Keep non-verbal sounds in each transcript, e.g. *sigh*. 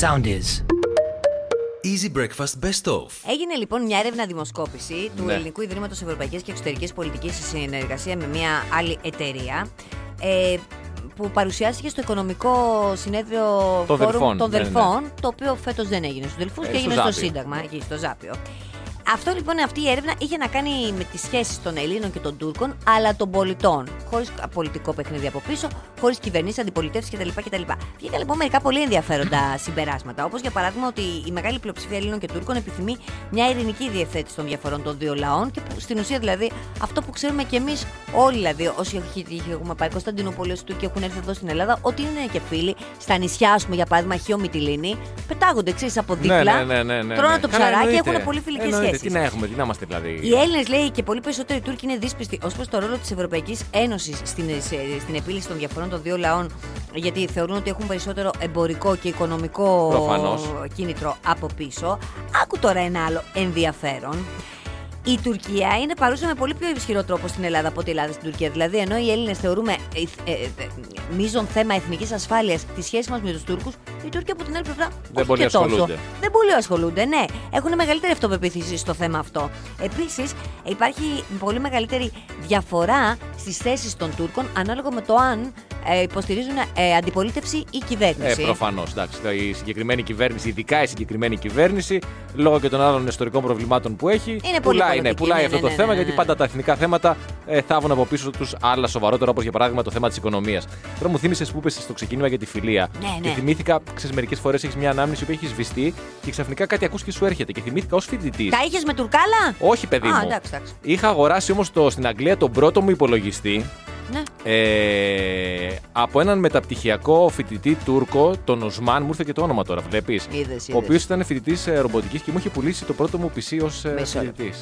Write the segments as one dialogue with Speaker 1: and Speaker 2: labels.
Speaker 1: Sound is.
Speaker 2: Easy Breakfast Best Of.
Speaker 3: Έγινε λοιπόν μια έρευνα δημοσκόπηση του
Speaker 4: Ναι.
Speaker 3: Ελληνικού Ιδρύματος Ευρωπαϊκής και Εξωτερικής Πολιτικής σε συνεργασία με μια άλλη εταιρεία. Ε, που παρουσιάστηκε στο οικονομικό συνέδριο
Speaker 4: Των
Speaker 3: Φόρουμ
Speaker 4: Δελφών,
Speaker 3: των
Speaker 4: ναι, ναι.
Speaker 3: Δελφών, το οποίο φέτος δεν έγινε στους Δελφούς
Speaker 4: Ε,
Speaker 3: και
Speaker 4: στο
Speaker 3: έγινε στο,
Speaker 4: Ζάπιο.
Speaker 3: Σύνταγμα, εκεί στο Ζάπιο. Αυτό λοιπόν, αυτή η έρευνα είχε να κάνει με τις σχέσεις των Ελλήνων και των Τούρκων, αλλά των πολιτών. Χωρίς πολιτικό παιχνίδι από πίσω, χωρίς κυβερνήσεις, αντιπολιτεύσει κτλ. κτλ. Βγήκαν λοιπόν μερικά πολύ ενδιαφέροντα συμπεράσματα. Όπως για παράδειγμα ότι η μεγάλη πλειοψηφία Ελλήνων και Τούρκων επιθυμεί μια ειρηνική διευθέτηση των διαφορών των δύο λαών και που, στην ουσία δηλαδή αυτό που ξέρουμε κι εμείς όλοι, δηλαδή όσοι έχει- έχουμε πάει Κωνσταντινούπολη, όσοι Τούρκοι έχουν έρθει εδώ στην Ελλάδα, ότι είναι και φίλοι. Στα νησιά, ας πούμε, για παράδειγμα, Χίο Μυτιλίνη, πετάγονται εξή από δίπλα.
Speaker 4: Ναι, ναι, ναι, ναι, ναι.
Speaker 3: τρώνε το
Speaker 4: Καλά,
Speaker 3: ψαράκι,
Speaker 4: εννοείται.
Speaker 3: έχουν πολύ φιλικές
Speaker 4: Εννοείται.
Speaker 3: σχέσεις.
Speaker 4: Τι να έχουμε, τι να είμαστε δηλαδή.
Speaker 3: Οι Έλληνες, λέει, και πολύ περισσότεροι Τούρκοι είναι δύσπιστοι ως προς το ρόλο της Ευρωπαϊκής Ένωσης στην, σε- στην επίλυση των διαφορών των δύο λαών, γιατί θεωρούν ότι έχουν περισσότερο εμπορικό και οικονομικό
Speaker 4: Προφανώς.
Speaker 3: κίνητρο από πίσω. Άκου τώρα ένα άλλο ενδιαφέρον. Η Τουρκία είναι παρούσα με πολύ πιο υψηλό τρόπο στην Ελλάδα από ό,τι η Ελλάδα στην Τουρκία. Δηλαδή, ενώ οι Έλληνες θεωρούμε ε, ε, ε, μείζον θέμα εθνικής ασφάλειας τη σχέση μας με τους Τούρκους, οι Τούρκοι από την άλλη πλευρά
Speaker 4: Δεν
Speaker 3: όχι
Speaker 4: πολύ
Speaker 3: και τόσο.
Speaker 4: ασχολούνται.
Speaker 3: Δεν πολύ ασχολούνται, ναι. Έχουν μεγαλύτερη αυτοπεποίθηση στο θέμα αυτό. Επίσης, υπάρχει πολύ μεγαλύτερη διαφορά στις θέσεις των Τούρκων ανάλογα με το αν ε, υποστηρίζουν ε, αντιπολίτευση ή κυβέρνηση.
Speaker 4: Ε, Προφανώς. Η συγκεκριμένη κυβέρνηση, ειδικά η συγκεκριμένη κυβέρνηση, λόγω και των άλλων ιστορικών προβλημάτων που έχει,
Speaker 3: πολύ
Speaker 4: πουλάει,
Speaker 3: πολιτική,
Speaker 4: πουλάει
Speaker 3: ναι,
Speaker 4: αυτό
Speaker 3: ναι,
Speaker 4: το
Speaker 3: ναι,
Speaker 4: θέμα
Speaker 3: ναι,
Speaker 4: γιατί
Speaker 3: ναι.
Speaker 4: πάντα τα εθνικά θέματα ε, θάβουν από πίσω τους άλλα σοβαρότερα, όπως για παράδειγμα το θέμα της οικονομίας. Τώρα μου θύμισες που είπες στο ξεκίνημα για τη φιλία.
Speaker 3: Ναι, ναι.
Speaker 4: Και θυμήθηκα, ξέρεις, μερικές φορές έχεις μια ανάμνηση που έχει σβηστεί και ξαφνικά κάτι ακούς και σου έρχεται. Και θυμήθηκα ως φοιτητής.
Speaker 3: Τα είχες με Τουρκάλα?
Speaker 4: Όχι, παιδί
Speaker 3: Α,
Speaker 4: μου.
Speaker 3: εντάξει, εντάξει.
Speaker 4: Είχα αγοράσει όμως στην Αγγλία τον πρώτο μου υπολογιστή
Speaker 3: Ναι.
Speaker 4: ε, από έναν μεταπτυχιακό φοιτητή Τούρκο, τον Οσμάν, μου ήρθε και το όνομα τώρα, βλέπεις.
Speaker 3: Είδες,
Speaker 4: Ο οποίος
Speaker 3: είδες.
Speaker 4: ήταν φοιτητής ρομποτικής και μου είχε πουλήσει το πρώτο μου PC ω
Speaker 3: Μισό λεπτό.
Speaker 4: φοιτητής.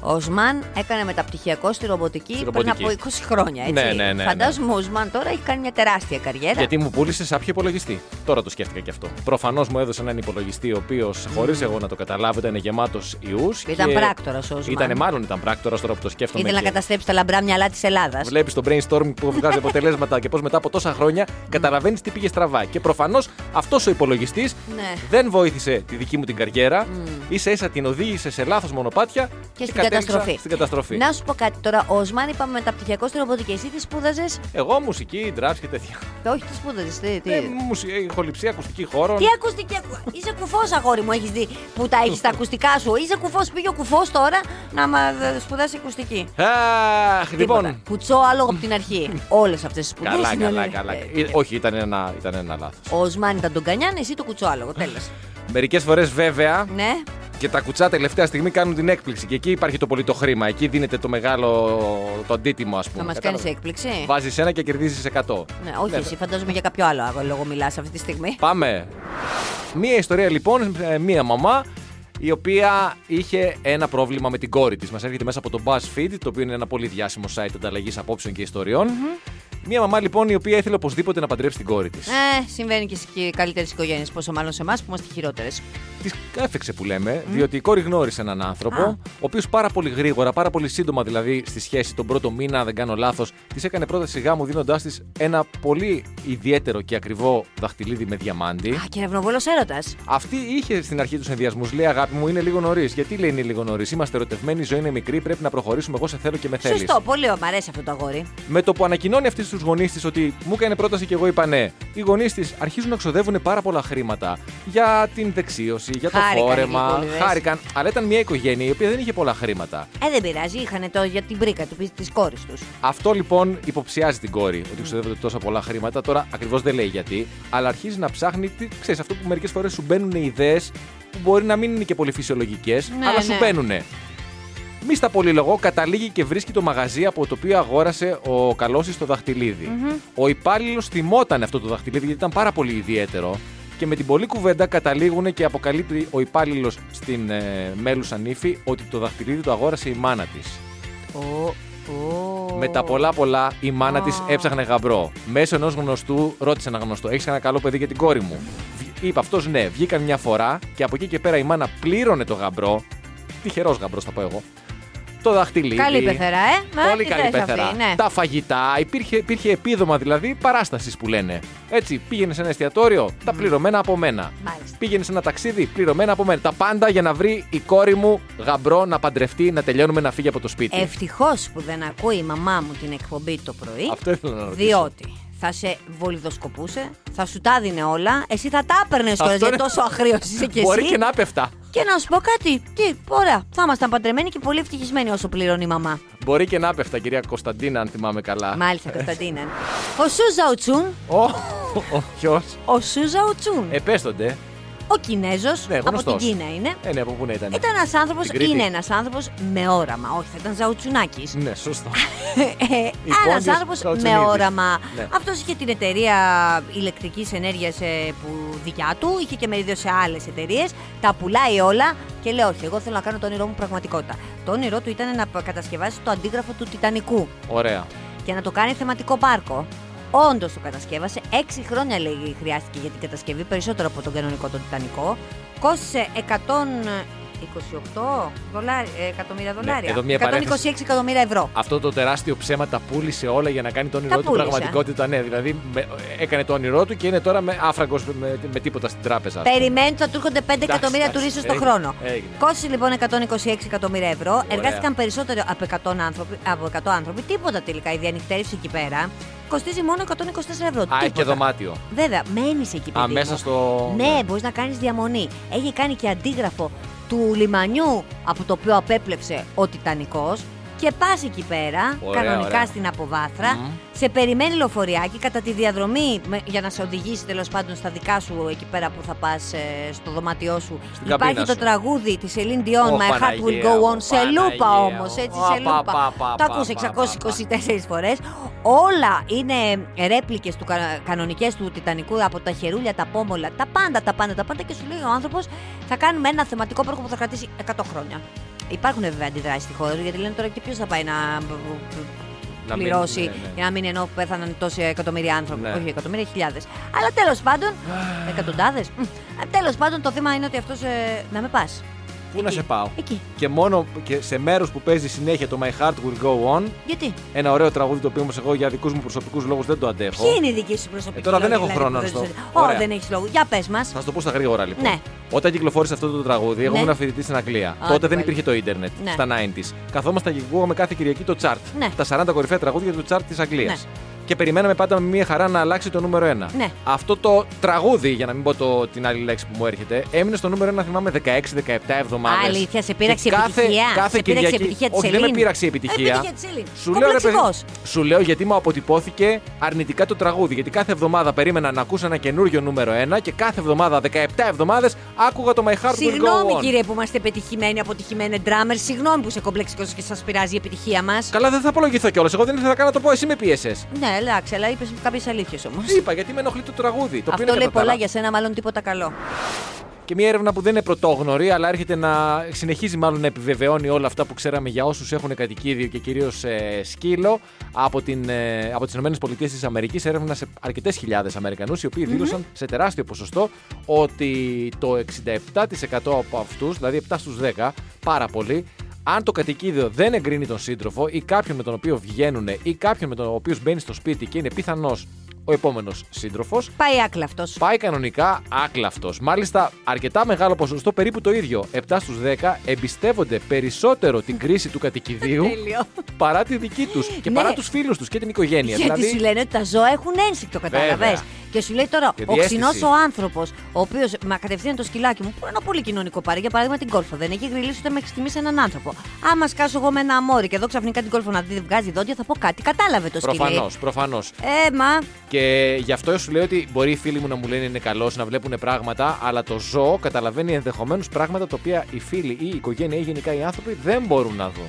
Speaker 3: Ο Οσμάν έκανε μεταπτυχιακό στη ρομποτική,
Speaker 4: Στη
Speaker 3: πριν
Speaker 4: ρομποτική.
Speaker 3: από 20 χρόνια. Έτσι.
Speaker 4: Ναι, ναι, ναι,
Speaker 3: Φαντάζομαι ο Οσμάν τώρα έχει κάνει μια τεράστια καριέρα.
Speaker 4: Γιατί μου πούλησε σε ποιο υπολογιστή. Τώρα το σκέφτηκα και αυτό. Προφανώς μου έδωσε έναν υπολογιστή, ο οποίος χωρίς εγώ να το καταλάβω ήταν γεμάτος ιούς.
Speaker 3: Ήταν πράκτορας ο Οσμάν.
Speaker 4: Ήταν μάλλον ήταν πράκτορας τώρα που το σκέφτομαι.
Speaker 3: Ήθελε να
Speaker 4: και-
Speaker 3: καταστρέψει τα λαμπρά μυαλά της Ελλάδας.
Speaker 4: Βλέπεις το brainstorming που βγάζει αποτελέσματα και πώς μετά από τόσα χρόνια καταλαβαίνεις τι πήγε στραβά. Και προφανώς αυτός ο υπολογιστής
Speaker 3: Ναι.
Speaker 4: δεν βοήθησε τη δική μου την καριέρα. σα ίσα την οδήγησε σε λάθος μονοπάτια και,
Speaker 3: Και στην
Speaker 4: κατέληξα
Speaker 3: καταστροφή.
Speaker 4: Στην καταστροφή.
Speaker 3: Να σου πω κάτι τώρα. Ο Οσμάν είπαμε μεταπτυχιακό στη ρομποτική. Εσύ τις σπούδαζες.
Speaker 4: Εγώ μουσική, ντράφ και τέτοια.
Speaker 3: Ε, Όχι, τις σπούδαζες. Τι, τι.
Speaker 4: Ε, μουσική, ηχοληψία, ακουστική χώρο.
Speaker 3: Τι ακουστική. ακου- Είσαι κουφός, αγόρι μου, έχεις δει που τα έχεις τα ακουστικά σου. Είσαι κουφός, πήγε ο κουφός τώρα να μα ε, σπουδάσει ακουστική.
Speaker 4: Αχ,
Speaker 3: Τίποτα.
Speaker 4: λοιπόν.
Speaker 3: Κουτσό άλογο από την
Speaker 4: *laughs*
Speaker 3: αρχή. Όλες αυτές τις σπουδές.
Speaker 4: Καλά, καλά, καλά. Ε, Όχι, ήταν ένα, ήταν ένα λάθος.
Speaker 3: Ο Οσμάν ήταν τον Κανιάν, εσύ το κουτσό άλογο. Τέλος.
Speaker 4: *laughs* Μερικές φορές βέβαια
Speaker 3: Ναι.
Speaker 4: Και τα κουτσά τελευταία στιγμή κάνουν την έκπληξη. Και εκεί υπάρχει το πολιτό χρήμα. Εκεί δίνεται το μεγάλο το αντίτιμο, ας πούμε.
Speaker 3: Θα μας κάνεις έκπληξη.
Speaker 4: Βάζεις ένα και κερδίζεις 100.
Speaker 3: Ναι, όχι, εσύ φαντάζομαι για κάποιο άλλο λόγο μιλάς αυτή τη στιγμή.
Speaker 4: Πάμε. Μία ιστορία λοιπόν, ε, μία μαμά η οποία είχε ένα πρόβλημα με την κόρη της. Μας έρχεται μέσα από το BuzzFeed, το οποίο είναι ένα πολύ διάσημο site ανταλλαγής απόψεων και ιστοριων
Speaker 3: Mm-hmm.
Speaker 4: Μία μαμά λοιπόν η οποία ήθελε οπωσδήποτε να παντρέψει την κόρη της.
Speaker 3: Ε, συμβαίνει και στις καλύτερες οικογένειες, πόσο μάλλον σε εμάς που είμαστε χειρότερες.
Speaker 4: Τη έφεξε που λέμε, διότι η κόρη γνώρισε έναν άνθρωπο,
Speaker 3: Mm. Α.
Speaker 4: ο οποίος πάρα πολύ γρήγορα, πάρα πολύ σύντομα δηλαδή στη σχέση, τον πρώτο μήνα, αν δεν κάνω λάθος, της έκανε πρόταση γάμου δίνοντάς της ένα πολύ ιδιαίτερο και ακριβό δαχτυλίδι με διαμάντι.
Speaker 3: Α, κεραυνοβόλο έρωτας.
Speaker 4: Αυτή είχε στην αρχή τους ενδιασμούς. Λέει Αγάπη μου, είναι λίγο νωρίς. Γιατί λέει είναι λίγο νωρίς. Είμαστε ερωτευμένοι, η ζωή είναι μικρή, πρέπει να προχωρήσουμε. Εγώ σε θέλω και με θέλεις.
Speaker 3: Σωστό, πολύ ωραία, μ' αρέσει αυτό το αγόρι.
Speaker 4: Με το που ανακοινώνει αυτή στους γονείς της ότι μου έκανε πρόταση και εγώ είπα ναι, οι γονείς της αρχίζουν να ξοδεύουν πάρα πολλά χρήματα για την δεξίωση, για το
Speaker 3: Χάρηκαν οι
Speaker 4: φόρεμα.
Speaker 3: γλυκούλιδες.
Speaker 4: Χάρηκαν. Αλλά ήταν μια οικογένεια η οποία δεν είχε πολλά χρήματα.
Speaker 3: Ε, δεν πειράζει, είχαν το για την πρίκα του, της κόρης τους.
Speaker 4: Αυτό λοιπόν υποψιάζει την κόρη ότι ξοδεύονται τόσα πολλά χρήματα. Τώρα ακριβώς δεν λέει γιατί, αλλά αρχίζει να ψάχνει. Τι, ξέρεις, αυτό που μερικές φορές σου μπαίνουν ιδέες που μπορεί να μην είναι και πολύ φυσιολογικές,
Speaker 3: Ναι,
Speaker 4: αλλά σου
Speaker 3: ναι.
Speaker 4: μπαίνουν. Μη στα πολυλογώ, καταλήγει και βρίσκει το μαγαζί από το οποίο αγόρασε ο καλός το δαχτυλιδι Ο υπάλληλος θυμόταν αυτό το δαχτυλίδι γιατί ήταν πάρα πολύ ιδιαίτερο. Και με την πολλή κουβέντα καταλήγουν και αποκαλύπτει ο υπάλληλος στην ε, μέλουσαν ύφη ότι το δαχτυλίδι το αγόρασε η μάνα της.
Speaker 3: Ο, ο.
Speaker 4: Με τα πολλά πολλά η μάνα
Speaker 3: Α.
Speaker 4: τη έψαχνε γαμπρό. Μέσω ενός γνωστού ρώτησε ένα γνωστό: Έχεις ένα καλό παιδί για την κόρη μου. Βγ- Είπε αυτός ναι, βγήκαν μια φορά και από εκεί και πέρα η μάνα πλήρωνε το γαμπρό. Τυχερός γαμπρός θα πω εγώ. το δαχτυλίδι.
Speaker 3: Καλή πεθερά, ε. Μα,
Speaker 4: Πολύ
Speaker 3: τη
Speaker 4: καλή
Speaker 3: θες
Speaker 4: πεθερά.
Speaker 3: αυτή, ναι.
Speaker 4: Τα φαγητά, υπήρχε, υπήρχε επίδομα δηλαδή παράστασης που λένε. Έτσι, πήγαινε σε ένα εστιατόριο, τα πληρωμένα από μένα.
Speaker 3: Μάλιστα.
Speaker 4: Πήγαινε σε ένα ταξίδι, πληρωμένα από μένα. Τα πάντα για να βρει η κόρη μου γαμπρό να παντρευτεί, να τελειώνουμε να φύγει από το σπίτι.
Speaker 3: Ευτυχώς που δεν ακούει η μαμά μου την εκπομπή το πρωί.
Speaker 4: Αυτό ήθελα να ρωτήσω.
Speaker 3: Διότι θα σε βολιδοσκοπούσε, θα σου τα δίνε όλα, εσύ θα τα έπαιρνες
Speaker 4: Αυτό
Speaker 3: τώρα γιατί
Speaker 4: είναι-
Speaker 3: τόσο
Speaker 4: *laughs*
Speaker 3: αχρίος είσαι κι εσύ.
Speaker 4: Μπορεί και να πέφτα.
Speaker 3: Και να σου πω κάτι. Τι, ωραία. Θα ήμασταν παντρεμένοι και πολύ ευτυχισμένοι όσο πληρώνει η μαμά.
Speaker 4: Μπορεί και να πέφτα, κυρία Κωνσταντίνα, αν θυμάμαι καλά.
Speaker 3: Μάλιστα, Κωνσταντίνα. Ο Σούζα Ουτσούν.
Speaker 4: Ο, ο ποιος.
Speaker 3: Ο Σούζα Ουτσούν.
Speaker 4: Επέστονται.
Speaker 3: ο Κινέζος.
Speaker 4: Ε, Ναι,
Speaker 3: από
Speaker 4: γνωστός.
Speaker 3: την Κίνα είναι.
Speaker 4: Ε, ναι, από πού να ήταν.
Speaker 3: Ήταν ένας άνθρωπος,
Speaker 4: Στην Κρήτη.
Speaker 3: είναι ένας άνθρωπος με όραμα. Όχι, θα ήταν Ε, Ζαουτσουνάκης.
Speaker 4: Ναι, σωστό. Υπόγειος
Speaker 3: Ένας άνθρωπος με
Speaker 4: λοιπόν, Ζαουτσουνίδης.
Speaker 3: όραμα.
Speaker 4: Ναι.
Speaker 3: Αυτός είχε την εταιρεία ηλεκτρικής ενέργειας που δικιά του, είχε και μερίδιο σε άλλες εταιρείες. Τα πουλάει όλα και λέει: Όχι, εγώ θέλω να κάνω το όνειρό μου πραγματικότητα. Το όνειρό του ήταν να κατασκευάσει το αντίγραφο του Τιτανικού
Speaker 4: Ωραία.
Speaker 3: και να το κάνει θεματικό πάρκο. Όντως το κατασκεύασε. Έξι χρόνια λέει χρειάστηκε για την κατασκευή, περισσότερο από τον κανονικό τον Τιτανικό. Κόστησε 128 δολάρια, ε, εκατομμύρια δολάρια.
Speaker 4: Ναι, εδώ μια
Speaker 3: 126
Speaker 4: παρένθεση.
Speaker 3: εκατομμύρια ευρώ.
Speaker 4: Αυτό το τεράστιο ψέμα τα πούλησε όλα για να κάνει το όνειρό του
Speaker 3: πούλησε.
Speaker 4: πραγματικότητα. Ναι, δηλαδή με- έκανε το όνειρό του και είναι τώρα με άφραγκος με, με τίποτα στην τράπεζα. ας πούμε.
Speaker 3: Περιμένει ότι θα του έρχονται 5 εκατομμύρια
Speaker 4: εντάξει, Ε,
Speaker 3: τουρίστες το
Speaker 4: έγινε,
Speaker 3: χρόνο.
Speaker 4: έγινε.
Speaker 3: Κόστησε λοιπόν 126 εκατομμύρια ευρώ. Εργάστηκαν περισσότερο από 100 άνθρωποι. Από 100 άνθρωποι. Τίποτα τελικά. Η διανυκτέρευση εκεί πέρα κοστίζει μόνο 124 ευρώ.
Speaker 4: Α, και
Speaker 3: Τίποτα.
Speaker 4: δωμάτιο.
Speaker 3: Βέβαια, μένεις εκεί παιδί
Speaker 4: Α,
Speaker 3: μου.
Speaker 4: μέσα στο.
Speaker 3: Ναι, μπορείς να κάνεις διαμονή. Έχει κάνει και αντίγραφο του λιμανιού από το οποίο απέπλεψε ο Τιτανικός. Και πας εκεί πέρα,
Speaker 4: Ωραία,
Speaker 3: κανονικά
Speaker 4: ωραία.
Speaker 3: στην αποβάθρα,
Speaker 4: Μμμ.
Speaker 3: σε περιμένει λεωφοριάκι κατά τη διαδρομή με- για να σε οδηγήσει τέλος πάντων στα δικά σου εκεί πέρα που θα πας στο δωμάτιό σου.
Speaker 4: Στην
Speaker 3: Υπάρχει
Speaker 4: καμπίνα
Speaker 3: το
Speaker 4: σου.
Speaker 3: τραγούδι της Celine Dion,
Speaker 4: Ω,
Speaker 3: My heart will
Speaker 4: Παναγία
Speaker 3: go
Speaker 4: μου,
Speaker 3: on. Σε λούπα
Speaker 4: Παναγία
Speaker 3: όμω,
Speaker 4: μου.
Speaker 3: έτσι,
Speaker 4: Α,
Speaker 3: σε
Speaker 4: πα,
Speaker 3: λούπα.
Speaker 4: πα, πα,
Speaker 3: Το
Speaker 4: πα,
Speaker 3: ακούσε
Speaker 4: πα,
Speaker 3: 624 φορές. Όλα είναι ρέπλικες του κα- κανονικές του Τιτανικού από τα χερούλια, τα πόμολα, τα πάντα, τα πάντα, τα πάντα. Και σου λέει ο άνθρωπος, θα κάνουμε ένα θεματικό πρόγραμμα που θα κρατήσει 100 χρόνια. Υπάρχουν βέβαια αντιδράσεις στη χώρα, γιατί λένε τώρα και ποιος θα πάει να
Speaker 4: Να μην-
Speaker 3: πληρώσει
Speaker 4: ναι, ναι.
Speaker 3: για να μην εννοώ που πέθαναν τόσοι εκατομμύρια άνθρωποι.
Speaker 4: Ναι.
Speaker 3: Όχι εκατομμύρια, χιλιάδες. Αλλά τέλος
Speaker 4: *sighs*
Speaker 3: πάντων. Εκατοντάδε. Τέλος πάντων, το θέμα είναι ότι αυτός. να με πας.
Speaker 4: Πού να σε πάω.
Speaker 3: Εκεί.
Speaker 4: Και μόνο και σε μέρος που παίζει συνέχεια το My Heart Will Go On,
Speaker 3: Γιατί.
Speaker 4: ένα ωραίο τραγούδι το οποίο όμως εγώ για δικούς μου προσωπικούς λόγους δεν το αντέχω.
Speaker 3: Ποιοι είναι οι δικοί σου προσωπικοί.
Speaker 4: Ε, τώρα δεν
Speaker 3: λόγοι, δηλαδή,
Speaker 4: έχω χρόνο
Speaker 3: που
Speaker 4: να
Speaker 3: δεν
Speaker 4: στο-
Speaker 3: τους- Ω,
Speaker 4: Ωραία.
Speaker 3: δεν έχεις λόγο. Για πες μας.
Speaker 4: Θα σου το πω στα γρήγορα λοιπόν.
Speaker 3: Ναι.
Speaker 4: Όταν κυκλοφόρησε αυτό το τραγούδι, εγώ
Speaker 3: Ναι.
Speaker 4: ήμουν φοιτητή στην Αγγλία.
Speaker 3: Α,
Speaker 4: Τότε δεν
Speaker 3: πάλι.
Speaker 4: υπήρχε το ίντερνετ
Speaker 3: Ναι.
Speaker 4: στα 90s. Καθόμασταν και ακούγαμε κάθε Κυριακή το chart.
Speaker 3: Ναι.
Speaker 4: Τα 40 κορυφαία τραγούδια του chart της Αγγλίας.
Speaker 3: Ναι.
Speaker 4: Και περιμέναμε πάντα με μια χαρά να αλλάξει το νούμερο 1.
Speaker 3: Ναι.
Speaker 4: Αυτό το τραγούδι, για να μην πω το, την άλλη λέξη που μου έρχεται, έμεινε στο νούμερο 1, θυμάμαι, 16-17 εβδομάδες.
Speaker 3: Αλήθεια, σε πείραξε
Speaker 4: κάθε,
Speaker 3: επιτυχία.
Speaker 4: Κάθε
Speaker 3: σε πείραξε
Speaker 4: Κυριακή.
Speaker 3: επιτυχία Ε, της
Speaker 4: Όχι, δεν με πείραξε η επιτυχία. Σου λέω, ρε, παιδί, σου λέω γιατί μου αποτυπώθηκε αρνητικά το τραγούδι. Γιατί κάθε εβδομάδα περίμενα να ακούσω ένα καινούριο νούμερο 1 και κάθε εβδομάδα, 17 εβδομάδες, άκουγα το My Heart Will Go
Speaker 3: Συγγνώμη
Speaker 4: On.
Speaker 3: κύριε που είμαστε πετυχημένοι, αποτυχημένοι ντράμερ. Συγγνώμη που είσαι κομπλεξικός και σας πειράζει η επιτυχία μας.
Speaker 4: Καλά, δεν θα απολογηθώ κιόλας. Εγώ δεν ήθελα καν να το πω, εσύ με πίεσες.
Speaker 3: Ναι, εντάξει, αλλά είπες κάποιες αλήθειες όμως.
Speaker 4: Είπα γιατί με ενοχλεί το τραγούδι. Το οποίο
Speaker 3: Αυτό
Speaker 4: είναι
Speaker 3: λέει
Speaker 4: κατά τα
Speaker 3: πολλά
Speaker 4: άλλα.
Speaker 3: για σένα, μάλλον τίποτα καλό.
Speaker 4: Και μια έρευνα που δεν είναι πρωτόγνωρη, αλλά έρχεται να συνεχίζει μάλλον να επιβεβαιώνει όλα αυτά που ξέραμε για όσους έχουν κατοικίδιο και κυρίως ε, σκύλο από, την, ε, από τις ΗΠΑ της Αμερικής. Έρευνα σε αρκετές χιλιάδες Αμερικανούς, οι οποιοι δήλωσαν σε τεράστιο ποσοστό ότι το 67% από αυτούς, δηλαδή 7 στου 10, πάρα πολύ, αν το κατοικίδιο δεν εγκρίνει τον σύντροφο ή κάποιον με τον οποίο βγαίνουν ή κάποιον με τον οποίος μπαίνει στο σπίτι και είναι πιθανός ο επόμενος σύντροφος,
Speaker 3: Πάει άκλα αυτό.
Speaker 4: Πάει κανονικά άκλαυτος. Μάλιστα, αρκετά μεγάλο ποσοστό, περίπου το ίδιο. 7 στου 10 εμπιστεύονται περισσότερο την κρίση του κατοικιδίου
Speaker 3: Τέλειο.
Speaker 4: παρά τη δική τους και
Speaker 3: Ναι.
Speaker 4: παρά τους φίλους τους και την οικογένεια. Δηλαδή,
Speaker 3: Γιατί σου λένε ότι τα ζώα έχουν ένσυκτο, κατάλαβε.
Speaker 4: Βέβαια.
Speaker 3: Και σου λέει τώρα
Speaker 4: Και
Speaker 3: ο
Speaker 4: διέστηση.
Speaker 3: ξινός ο άνθρωπος, ο οποίος μα κατευθείαν το σκυλάκι μου, που είναι ένα πολύ κοινωνικό πάρει, για παράδειγμα την κόλφο, δεν έχει γριλίσει ούτε μέχρι στιγμής έναν άνθρωπο. Άμα σκάσω εγώ με ένα αμόρι και εδώ ξαφνικά την κόλφο να δει, βγάζει δόντια, θα πω κάτι. Κατάλαβε το σκυλί.
Speaker 4: Προφανώς, προφανώς.
Speaker 3: Ε, μα.
Speaker 4: Και γι' αυτό σου λέω ότι μπορεί οι φίλοι μου να μου λένε είναι καλός, να βλέπουν πράγματα, αλλά το ζώο καταλαβαίνει ενδεχομένως πράγματα τα οποία οι φίλοι ή η οικογένεια ή γενικά οι άνθρωποι δεν μπορούν να δουν.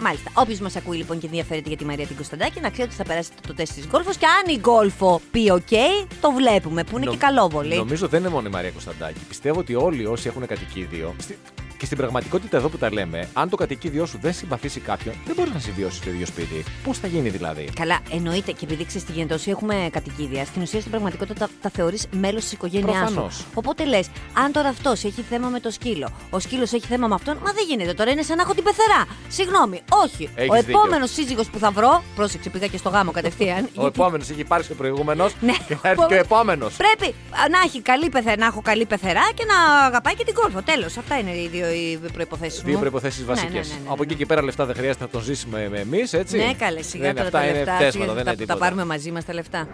Speaker 3: Μάλιστα. Όποιος μας ακούει λοιπόν και ενδιαφέρεται για τη Μαρία την Κωνσταντάκη, να ξέρει ότι θα περάσει το τεστ της γκολφο και αν η γκολφο πει OK, το βλέπουμε που είναι
Speaker 4: Νο-
Speaker 3: και καλόβολη.
Speaker 4: Νομίζω δεν είναι μόνο η Μαρία Κωνσταντάκη. Πιστεύω ότι όλοι όσοι έχουν κατοικίδιο. στη- Και στην πραγματικότητα, εδώ που τα λέμε, αν το κατοικίδιό σου δεν συμπαθήσει κάποιον, δεν μπορείς να συμβιώσεις στο ίδιο σπίτι. Πώς θα γίνει δηλαδή.
Speaker 3: Καλά, εννοείται. Και επειδή ξέρεις τη γενετοσία, έχουμε κατοικίδια. Στην ουσία, στην πραγματικότητα τα, τα θεωρείς μέλος της οικογένειάς σου.
Speaker 4: Προφανώς.
Speaker 3: Οπότε λες, αν τώρα αυτός έχει θέμα με το σκύλο, ο σκύλος έχει θέμα με αυτόν, μα δεν γίνεται τώρα. Είναι σαν να έχω την πεθερά. Συγγνώμη, όχι.
Speaker 4: Έχεις
Speaker 3: ο
Speaker 4: δίκιο.
Speaker 3: επόμενος σύζυγος που θα βρω. Πρόσεξε, πήγα και στο γάμο κατευθείαν.
Speaker 4: *laughs* Ο επόμενος έχει πάρει και ο προηγούμενος
Speaker 3: Ναι.
Speaker 4: και θα έρθει και ο επόμενος.
Speaker 3: Πρέπει α, να, έχει καλή πεθερά, να έχω καλή πεθερά και να αγαπάει και την κόλφο. Τέλος. Αυτά είναι οι δύο οι προποθέσει μου.
Speaker 4: Δύο προποθέσει
Speaker 3: Ναι,
Speaker 4: βασικές.
Speaker 3: ναι, ναι, ναι, ναι.
Speaker 4: Από εκεί και πέρα λεφτά δεν χρειάζεται να τον ζήσουμε εμείς, έτσι.
Speaker 3: Ναι, καλέ, σιγά
Speaker 4: Δεν-
Speaker 3: τώρα
Speaker 4: Αυτά
Speaker 3: τα
Speaker 4: είναι
Speaker 3: λεφτά.
Speaker 4: πτέσματα,
Speaker 3: σιγά
Speaker 4: δεν
Speaker 3: τα,
Speaker 4: είναι
Speaker 3: που τα
Speaker 4: τίποτα.
Speaker 3: πάρουμε μαζί μας τα λεφτά.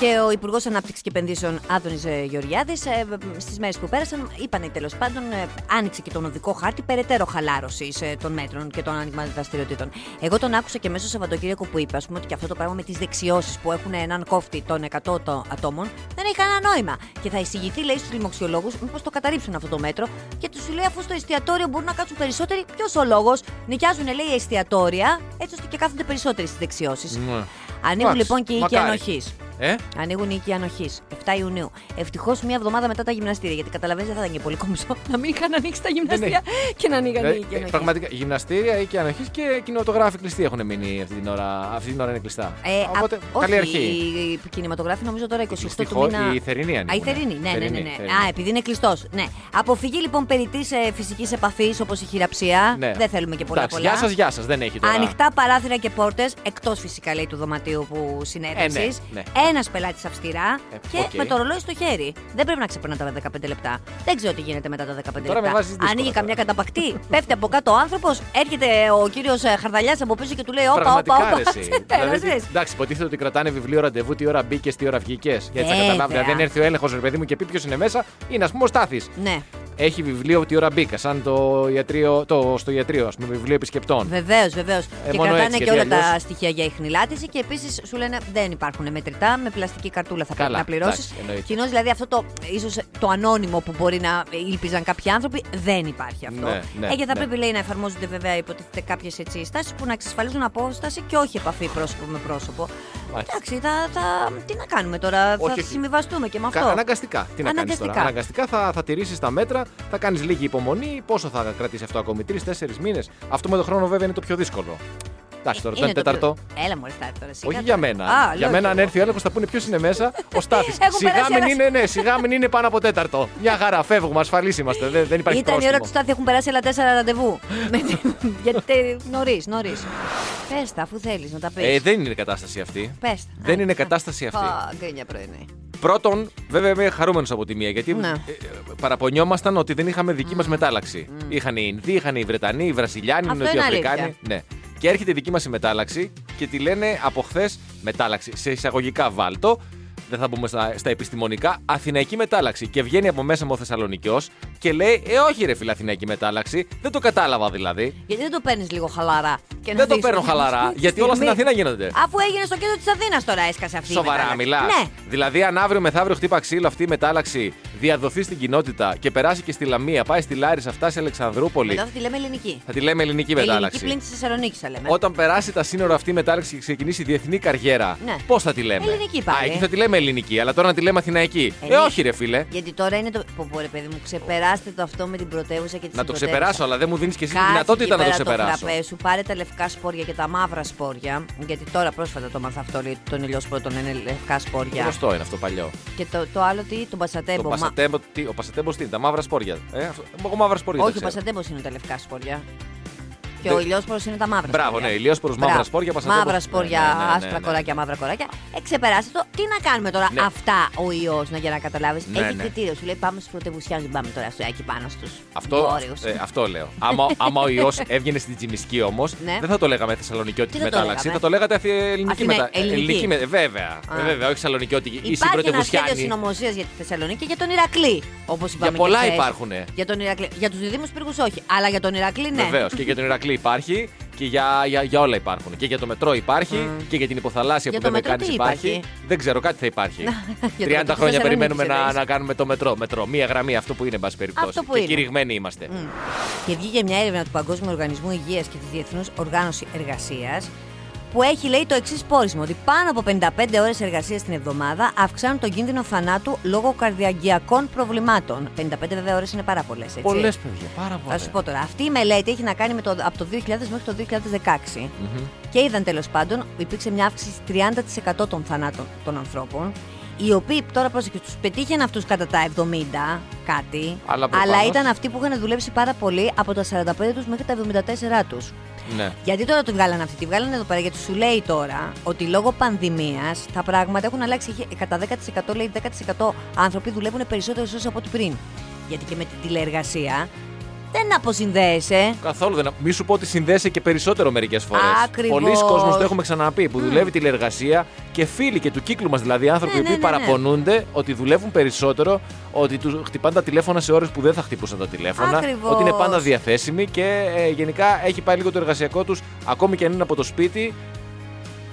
Speaker 3: Και ο Υπουργός Ανάπτυξης και Επενδύσεων, ε, Άδωνη Γεωργιάδη, στις μέρες που πέρασαν, είπαν τέλος πάντων, ε, άνοιξε και τον οδικό χάρτη περαιτέρω χαλάρωση ε, των μέτρων και των άνοιγμα δραστηριοτήτων. Εγώ τον άκουσα και μέσω Σαββατοκύριακο που είπε, ας πούμε, ότι και αυτό το πράγμα με τις δεξιώσεις που έχουν έναν κόφτη των 100 το- ατόμων δεν έχει κανένα νόημα. Και θα εισηγηθεί, λέει, στους λοιμοξιολόγου, μήπως το καταρρύψουν αυτό το μέτρο. Και τους λέει, αφού στο εστιατόριο μπορούν να κάτσουν περισσότεροι, ποιος ο λόγος. Νοικιάζουν, λέει, εστιατόρια, έτσι ώστε και κάθονται περισσότεροι στις δεξιώσεις.
Speaker 4: Ναι.
Speaker 3: Ανοίγουν
Speaker 4: Εντάξει,
Speaker 3: λοιπόν και οι οίκοι
Speaker 4: μακάρι.
Speaker 3: ανοχή.
Speaker 4: Ε,
Speaker 3: Ανοίγουν οι οίκοι ανοχής 7 Ιουνίου. Ευτυχώς μία εβδομάδα μετά τα γυμναστήρια. Γιατί καταλαβαίνετε, δεν θα ήταν και πολύ κομψό *laughs* να μην είχαν ανοίξει τα γυμναστήρια και να ανοίγαν οι
Speaker 4: δηλαδή,
Speaker 3: οίκοι
Speaker 4: Ναι, ε,
Speaker 3: ανοχής.
Speaker 4: πραγματικά γυμναστήρια, οίκοι ανοχής και κινηματογράφοι κλειστοί έχουν μείνει αυτή την ώρα. Αυτή την ώρα είναι κλειστά.
Speaker 3: Ε,
Speaker 4: Οπότε καλή αρχή.
Speaker 3: Οι οι κινηματογράφοι νομίζω τώρα 28 του
Speaker 4: Δυστυχώς,
Speaker 3: μήνα.
Speaker 4: η Θερινή
Speaker 3: Α, η
Speaker 4: ανοίγουνε.
Speaker 3: θερινή, ναι, ναι, ναι.
Speaker 4: Θερινή,
Speaker 3: ναι.
Speaker 4: θερινή.
Speaker 3: Α, επειδή είναι κλειστός. Ναι. Αποφυγή λοιπόν περιττή ε, φυσικής επαφής όπως η χειραψία.
Speaker 4: Ναι.
Speaker 3: Δεν θέλουμε και πολλά
Speaker 4: Εντάξει,
Speaker 3: πολλά.
Speaker 4: Γεια σας, γεια σας. Δεν έχει τώρα.
Speaker 3: Ανοιχτά παράθυρα και πόρτες, εκτός φυσικά λέει του δωματίου που συνέρευσε.
Speaker 4: Ε, ναι,
Speaker 3: Ένας πελάτης αυστηρά
Speaker 4: Ε,
Speaker 3: και
Speaker 4: οκ.
Speaker 3: με το ρολόι στο χέρι. Δεν πρέπει να ξεπερνά τα 15 λεπτά. Δεν ξέρω τι γίνεται μετά τα 15
Speaker 4: Τώρα με
Speaker 3: λεπτά.
Speaker 4: βάζεις δύσκολα
Speaker 3: Ανοίγει
Speaker 4: τώρα.
Speaker 3: καμιά
Speaker 4: *laughs*
Speaker 3: καταπακτή, πέφτει από κάτω ο άνθρωπος, έρχεται ο κύριος Χαρδαλιάς από πίσω και του λέει: Όπα, όπα,
Speaker 4: Πραγματικά
Speaker 3: όπα. *laughs*
Speaker 4: ρε, εσύ.
Speaker 3: σε
Speaker 4: Δηλαδή,
Speaker 3: πέρασες».
Speaker 4: Εντάξει, υποτίθεται ότι κρατάνε βιβλίο ραντεβού, τι ώρα μπήκες, τι ώρα βγήκες. Γιατί θα
Speaker 3: Βέβαια.
Speaker 4: καταλάβει. Δηλαδή, δεν έρθει ο έλεγχος, ρε παιδί μου, και πει ποιος είναι μέσα, είναι ας πούμε ο Στάθης.
Speaker 3: Ναι,
Speaker 4: Έχει βιβλίο τι ώρα μπήκα, σαν το ιατρείο, το, στο ιατρείο, ας πούμε, βιβλίο επισκεπτών.
Speaker 3: βεβαίως, βεβαίως.
Speaker 4: Ε,
Speaker 3: και
Speaker 4: μόνο
Speaker 3: κρατάνε
Speaker 4: έτσι,
Speaker 3: και όλα
Speaker 4: γιατί
Speaker 3: τα
Speaker 4: αλλιώς-
Speaker 3: στοιχεία για ηχνηλάτηση και επίσης σου λένε δεν υπάρχουν μετρητά, με πλαστική καρτούλα θα πρέπει
Speaker 4: Καλά,
Speaker 3: να πληρώσεις.
Speaker 4: εντάξει, εννοείται.
Speaker 3: Κοινώς δηλαδή αυτό το ίσως το ανώνυμο που μπορεί να ήλπιζαν κάποιοι άνθρωποι δεν υπάρχει αυτό.
Speaker 4: Ναι, ναι,
Speaker 3: ε, και θα
Speaker 4: ναι.
Speaker 3: πρέπει λέει να εφαρμόζονται βέβαια υποτίθεται κάποιες έτσι στάσεις που να εξασφαλίζουν απόσταση και όχι επαφή πρόσωπο με πρόσωπο.
Speaker 4: Μάλιστα.
Speaker 3: Εντάξει, θα, θα, τι να κάνουμε τώρα,
Speaker 4: Όχι,
Speaker 3: θα
Speaker 4: όχι.
Speaker 3: συμβιβαστούμε και με αυτό.
Speaker 4: Κα- αναγκαστικά. Τι να κάνεις τώρα.
Speaker 3: Αναγκαστικά.
Speaker 4: Αναγκαστικά θα, θα τηρήσεις τα μέτρα, θα κάνεις λίγη υπομονή. Πόσο θα κρατήσει αυτό ακόμη, τρει-τέσσερι μήνες. Αυτό με τον χρόνο βέβαια είναι το πιο δύσκολο. Εντάξει τώρα, το
Speaker 3: Ε, Είναι
Speaker 4: ένα τέταρτο.
Speaker 3: πιο- Έλα μου, τώρα. σιγά
Speaker 4: Όχι
Speaker 3: τώρα.
Speaker 4: για μένα.
Speaker 3: Α,
Speaker 4: για
Speaker 3: λέω
Speaker 4: μένα,
Speaker 3: κι
Speaker 4: αν
Speaker 3: εγώ.
Speaker 4: έρθει ο έλεγχος, θα πούνε ποιος είναι μέσα. Ο Στάθης.
Speaker 3: Έχω
Speaker 4: σιγά
Speaker 3: περάσει
Speaker 4: μην
Speaker 3: ένας.
Speaker 4: είναι, ναι, σιγά μην είναι πάνω από τέταρτο. Μια χαρά, φεύγουμε, ασφαλεί είμαστε. Δεν, δεν υπάρχει
Speaker 3: Ήταν η ώρα
Speaker 4: πρόστιμο.
Speaker 3: του Στάθη, έχουν περάσει άλλα τέσσερα ραντεβού. *laughs* Με τη- Γιατί νωρίς, νωρίς. Πες τα, αφού θέλεις να τα πεις.
Speaker 4: Ε, δεν είναι κατάσταση αυτή.
Speaker 3: Πες τα.
Speaker 4: Δεν
Speaker 3: Α,
Speaker 4: είναι
Speaker 3: α,
Speaker 4: κατάσταση αυτή.
Speaker 3: Α, γκρίνια πρωινή.
Speaker 4: Πρώτον, βέβαια είμαι χαρούμενος από τη μία γιατί
Speaker 3: Ναι. Mm.
Speaker 4: ε, ε, παραπονιόμασταν ότι δεν είχαμε δική μας μα μετάλλαξη. Είχαν οι Ινδοί, είχαν οι Βρετανοί, οι Βραζιλιάνοι, οι
Speaker 3: Αυτό είναι
Speaker 4: Νοτιοαφρικάνοι.
Speaker 3: αλήθεια.
Speaker 4: Ναι. Και έρχεται η δική μας η μετάλλαξη και τη λένε από χθες μετάλλαξη. Σε εισαγωγικά βάλτο. Δεν θα μπούμε στα, στα επιστημονικά. Αθηναϊκή μετάλλαξη. Και βγαίνει από μέσα μου ο Θεσσαλονικιός και λέει: Ε, όχι, ρε φίλε, Αθηναϊκή μετάλλαξη. Δεν το κατάλαβα δηλαδή.
Speaker 3: Γιατί δεν το παίρνεις λίγο χαλαρά. Και να
Speaker 4: Δεν το
Speaker 3: δεις
Speaker 4: παίρνω
Speaker 3: ότι-
Speaker 4: χαλαρά,
Speaker 3: τη
Speaker 4: γιατί όλα στην
Speaker 3: στιγμή-
Speaker 4: Αθήνα γίνονται.
Speaker 3: Αφού έγινε στο κέντρο της Αθήνας τώρα, έσκασε αυτή. η
Speaker 4: Σοβαρά
Speaker 3: μετάλλαξη.
Speaker 4: μιλάς.
Speaker 3: Ναι.
Speaker 4: Δηλαδή, αν αύριο μεθαύριο χτύπα ξύλο αυτή η μετάλλαξη διαδοθεί στην κοινότητα και περάσει και στη Λαμία, πάει στη Λάρισα, φτάσει στη Αλεξανδρούπολη.
Speaker 3: Μετά θα τη λέμε ελληνική.
Speaker 4: Θα τη λέμε ελληνική μετάλλαξη.
Speaker 3: Ελληνική πλήν της Θεσσαλονίκης θα λέμε.
Speaker 4: Όταν περάσει τα σύνορα αυτή η μετάλλαξη και ξεκινήσει η διεθνή καριέρα,
Speaker 3: Ναι.
Speaker 4: πώς θα τη λέμε.
Speaker 3: Ελληνική πάλι.
Speaker 4: Α, εκεί θα τη λέμε ελληνική, αλλά τώρα να τη λέμε αθηναϊκή. Ε,
Speaker 3: Ελληνική.
Speaker 4: όχι, ρε φίλε.
Speaker 3: Γιατί τώρα είναι το. Πω, πω, ρε παιδί μου, ξεπεράστε το αυτό με την πρωτεύουσα και τη
Speaker 4: Να το ξεπεράσω, αλλά δεν μου δίνεις και εσύ τη
Speaker 3: Κάτσε
Speaker 4: δυνατότητα
Speaker 3: εκεί
Speaker 4: να το
Speaker 3: πέρα
Speaker 4: ξεπεράσω.
Speaker 3: φραπέ σου, πάρε τα λευκά σπόρια και τα μαύρα σπόρια. Γιατί τώρα πρόσφατα το μάθα αυτό, λέει, τον ηλιό πρώτον είναι λευκά σπόρια.
Speaker 4: Γνωστό είναι αυτό παλιό.
Speaker 3: Και το, το άλλο τι, τον πασατέμπο.
Speaker 4: Το
Speaker 3: Μα-
Speaker 4: πασατέμπο, τι, ο πασατέμπος τι είναι, τα μαύρα σπόρια. Ε, αυτό, εγώ μαύρα σπόρια.
Speaker 3: Όχι, ο
Speaker 4: δεν ξέρω.
Speaker 3: πασατέμπος είναι τα λευκά σπόρια. Και
Speaker 4: Δεν-
Speaker 3: ο ηλιό είναι τα μαύρα.
Speaker 4: Μπράβο,
Speaker 3: σπόρια.
Speaker 4: ναι, ηλιόσπορος, μαύρα
Speaker 3: Μπράβο.
Speaker 4: σπόρια, πασατέμπος.
Speaker 3: Μαύρα σπόρια,
Speaker 4: Ναι, ναι, ναι, ναι,
Speaker 3: άσπρα
Speaker 4: ναι.
Speaker 3: κοράκια, μαύρα κοράκια. Ε, ξεπεράστε το. Τι να κάνουμε τώρα.
Speaker 4: Ναι.
Speaker 3: Αυτά ο ιός, να για να καταλάβεις.
Speaker 4: Ναι,
Speaker 3: Έχει
Speaker 4: ναι.
Speaker 3: κριτήριο. Σου λέει πάμε στους πρωτευουσιάζου, πάμε τώρα στο εκεί πάνω στους
Speaker 4: Αυτό,
Speaker 3: βόρειους.
Speaker 4: ε, αυτό λέω. Άμα, άμα ο ιός έβγαινε στην Τζιμισκή όμως,
Speaker 3: Ναι.
Speaker 4: δεν θα το λέγαμε Θεσσαλονικιώτικη
Speaker 3: Τι θα το
Speaker 4: μετάλλαξη.
Speaker 3: λέγαμε?
Speaker 4: Θα το λέγατε αθη- ελληνική
Speaker 3: Αθηναί-
Speaker 4: μετάλλαξη.
Speaker 3: ελληνική.
Speaker 4: βέβαια. Ε, βέβαια, όχι Θεσσαλονικιώτικη ή
Speaker 3: Υπάρχει ένα σχέδιο
Speaker 4: συμπρωτευουσιάνη.
Speaker 3: συνωμοσίας για τη Θεσσαλονίκη και για τον Ηρακλή. Όπως είπαμε. και
Speaker 4: πολλά
Speaker 3: χθες.
Speaker 4: υπάρχουνε.
Speaker 3: Για, τον Ηρακλή. για τους διδήμου πύργους όχι. Αλλά για τον Ηρακλή ναι.
Speaker 4: Βεβαίως. Και για τον Ηρακλή υπάρχει και για, για, για όλα υπάρχουν. Και για το μετρό υπάρχει και για την υποθαλάσσια
Speaker 3: Για
Speaker 4: που
Speaker 3: το
Speaker 4: δεν με
Speaker 3: μετρό
Speaker 4: κάνεις
Speaker 3: τι
Speaker 4: υπάρχει.
Speaker 3: υπάρχει?
Speaker 4: Δεν ξέρω, κάτι θα
Speaker 3: *laughs*
Speaker 4: υπάρχει.
Speaker 3: το
Speaker 4: 30
Speaker 3: μετρό
Speaker 4: χρόνια
Speaker 3: Θεσσαλονίκης
Speaker 4: περιμένουμε να,
Speaker 3: εννοείς.
Speaker 4: να κάνουμε το μετρό. μετρό. Μία γραμμή, αυτό που είναι, εν πάση περιπτώσει.
Speaker 3: Αυτό που
Speaker 4: και
Speaker 3: είναι. Mm.
Speaker 4: κηρυγμένοι είμαστε.
Speaker 3: Και βγήκε μια έρευνα του Παγκόσμιου Οργανισμού Υγείας και της Διεθνούς Οργάνωσης Εργασίας που έχει λέει το εξής πόρισμα: Ότι πάνω από 55 ώρες εργασίας την εβδομάδα αυξάνουν τον κίνδυνο θανάτου λόγω καρδιαγκιακών προβλημάτων. 55 βέβαια ώρες είναι πάρα πολλές.
Speaker 4: Πολλές παιδιά, πάρα πολλέ.
Speaker 3: Θα σου πω τώρα. Αυτή η μελέτη έχει να κάνει με το, από το 2000 μέχρι το 2016. Και είδαν τέλος πάντων υπήρξε μια αύξηση 30% των θανάτων των ανθρώπων. Οι οποίοι τώρα πρόσεχε, τους πετύχαν αυτούς κατά τα 70 κάτι.
Speaker 4: Αλλά προφανώς-
Speaker 3: ήταν αυτοί που είχαν δουλέψει πάρα πολύ από τα 45 τους μέχρι τα 74 τους.
Speaker 4: Ναι.
Speaker 3: Γιατί τώρα τη βγάλανε αυτή, τη βγάλανε εδώ πέρα, γιατί σου λέει τώρα ότι λόγω πανδημίας τα πράγματα έχουν αλλάξει. Έχει- Κατά 10% λέει 10% άνθρωποι δουλεύουν περισσότερε ώρε από ό,τι πριν. Γιατί και με την τηλεεργασία δεν αποσυνδέεσαι.
Speaker 4: Καθόλου δεν. Μη σου πω ότι συνδέεσαι και περισσότερο μερικές φορές.
Speaker 3: Ακριβώς.
Speaker 4: Πολλοί κόσμοι το έχουμε ξαναπεί που δουλεύει τηλεργασία και φίλοι και του κύκλου μας, δηλαδή άνθρωποι
Speaker 3: Ναι,
Speaker 4: οι οποίοι
Speaker 3: ναι, ναι, ναι.
Speaker 4: παραπονούνται ότι δουλεύουν περισσότερο, ότι τους χτυπάνε τα τηλέφωνα σε ώρες που δεν θα χτυπούσαν τα τηλέφωνα.
Speaker 3: Ακριβώς.
Speaker 4: Ότι είναι πάντα διαθέσιμοι και ε, γενικά έχει πάει λίγο το εργασιακό τους ακόμη και αν είναι από το σπίτι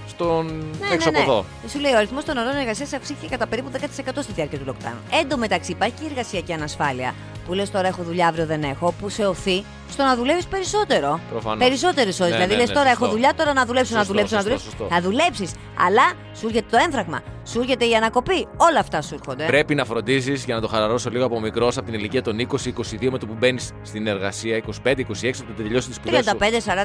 Speaker 4: στον
Speaker 3: Ναι,
Speaker 4: έξω από εδώ.
Speaker 3: Σου λέει ο αριθμός των ωρών εργασίας αυξήθηκε κατά περίπου 10% στη διάρκεια του lockdown. Εν τω μεταξύ υπάρχει και η εργασιακή ανασφάλεια. Που λες τώρα έχω δουλειά, αύριο δεν έχω, που σε οθεί στο να δουλεύεις περισσότερο.
Speaker 4: Προφανώς.
Speaker 3: Περισσότερες ώρες.
Speaker 4: Ναι,
Speaker 3: δηλαδή
Speaker 4: ναι,
Speaker 3: λες
Speaker 4: ναι,
Speaker 3: τώρα
Speaker 4: σωστό.
Speaker 3: έχω δουλειά, τώρα να δουλέψω, να
Speaker 4: Σωστό,
Speaker 3: δουλέψω,
Speaker 4: σωστό,
Speaker 3: να δουλέψω.
Speaker 4: σωστό.
Speaker 3: Θα δουλέψεις. Αλλά σου έρχεται το έμφραγμα. Σου έρχεται η ανακοπή. Όλα αυτά σου έρχονται.
Speaker 4: Πρέπει να φροντίζεις για να το χαλαρώσω λίγο από μικρός, από την ηλικία των 20-22, με το που μπαίνεις στην εργασία, 25-26, από το τελειώσει τη σπουδέ.
Speaker 3: 35-40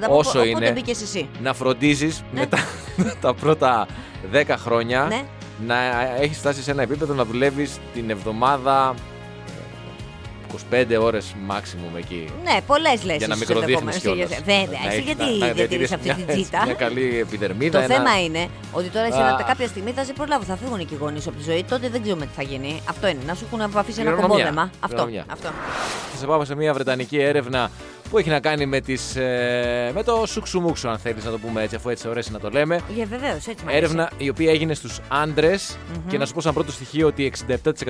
Speaker 4: Όσο
Speaker 3: οπότε
Speaker 4: είναι.
Speaker 3: μπήκες εσύ.
Speaker 4: να φροντίζεις
Speaker 3: Ναι.
Speaker 4: μετά *laughs* τα πρώτα 10 χρόνια
Speaker 3: Ναι.
Speaker 4: να έχεις φτάσει σε ένα επίπεδο να δουλεύεις την εβδομάδα ε, 25 ώρες maximum εκεί.
Speaker 3: Ναι, πολλές λες.
Speaker 4: για να μικροδείχνει κιόλα.
Speaker 3: Βέβαια, εσύ γιατί διατηρείς αυτή την τζίτα.
Speaker 4: Μια καλή επιδερμίδα.
Speaker 3: Το
Speaker 4: ένα-
Speaker 3: θέμα είναι ότι τώρα εσύ
Speaker 4: Α.
Speaker 3: να- κάποια στιγμή θα σε προλάβουν. Θα φύγουν και οι γονείς από τη ζωή. Τότε δεν ξέρουμε τι θα γίνει. Αυτό είναι. Να σου έχουν αφήσει ένα
Speaker 4: Κληρονομιά.
Speaker 3: κομπόδεμα. Αυτό.
Speaker 4: Κληρονομιά.
Speaker 3: αυτό.
Speaker 4: Θα σε πάμε σε μια βρετανική έρευνα που έχει να κάνει με, τις, ε, με το σουξουμούξο, αν θέλεις να το πούμε έτσι, αφού έτσι ωραία είναι να το λέμε.
Speaker 3: Για βεβαίως, Ε, έτσι μ' αρέσει.
Speaker 4: Έρευνα η οποία έγινε στους άντρες και να σου πω σαν πρώτο στοιχείο ότι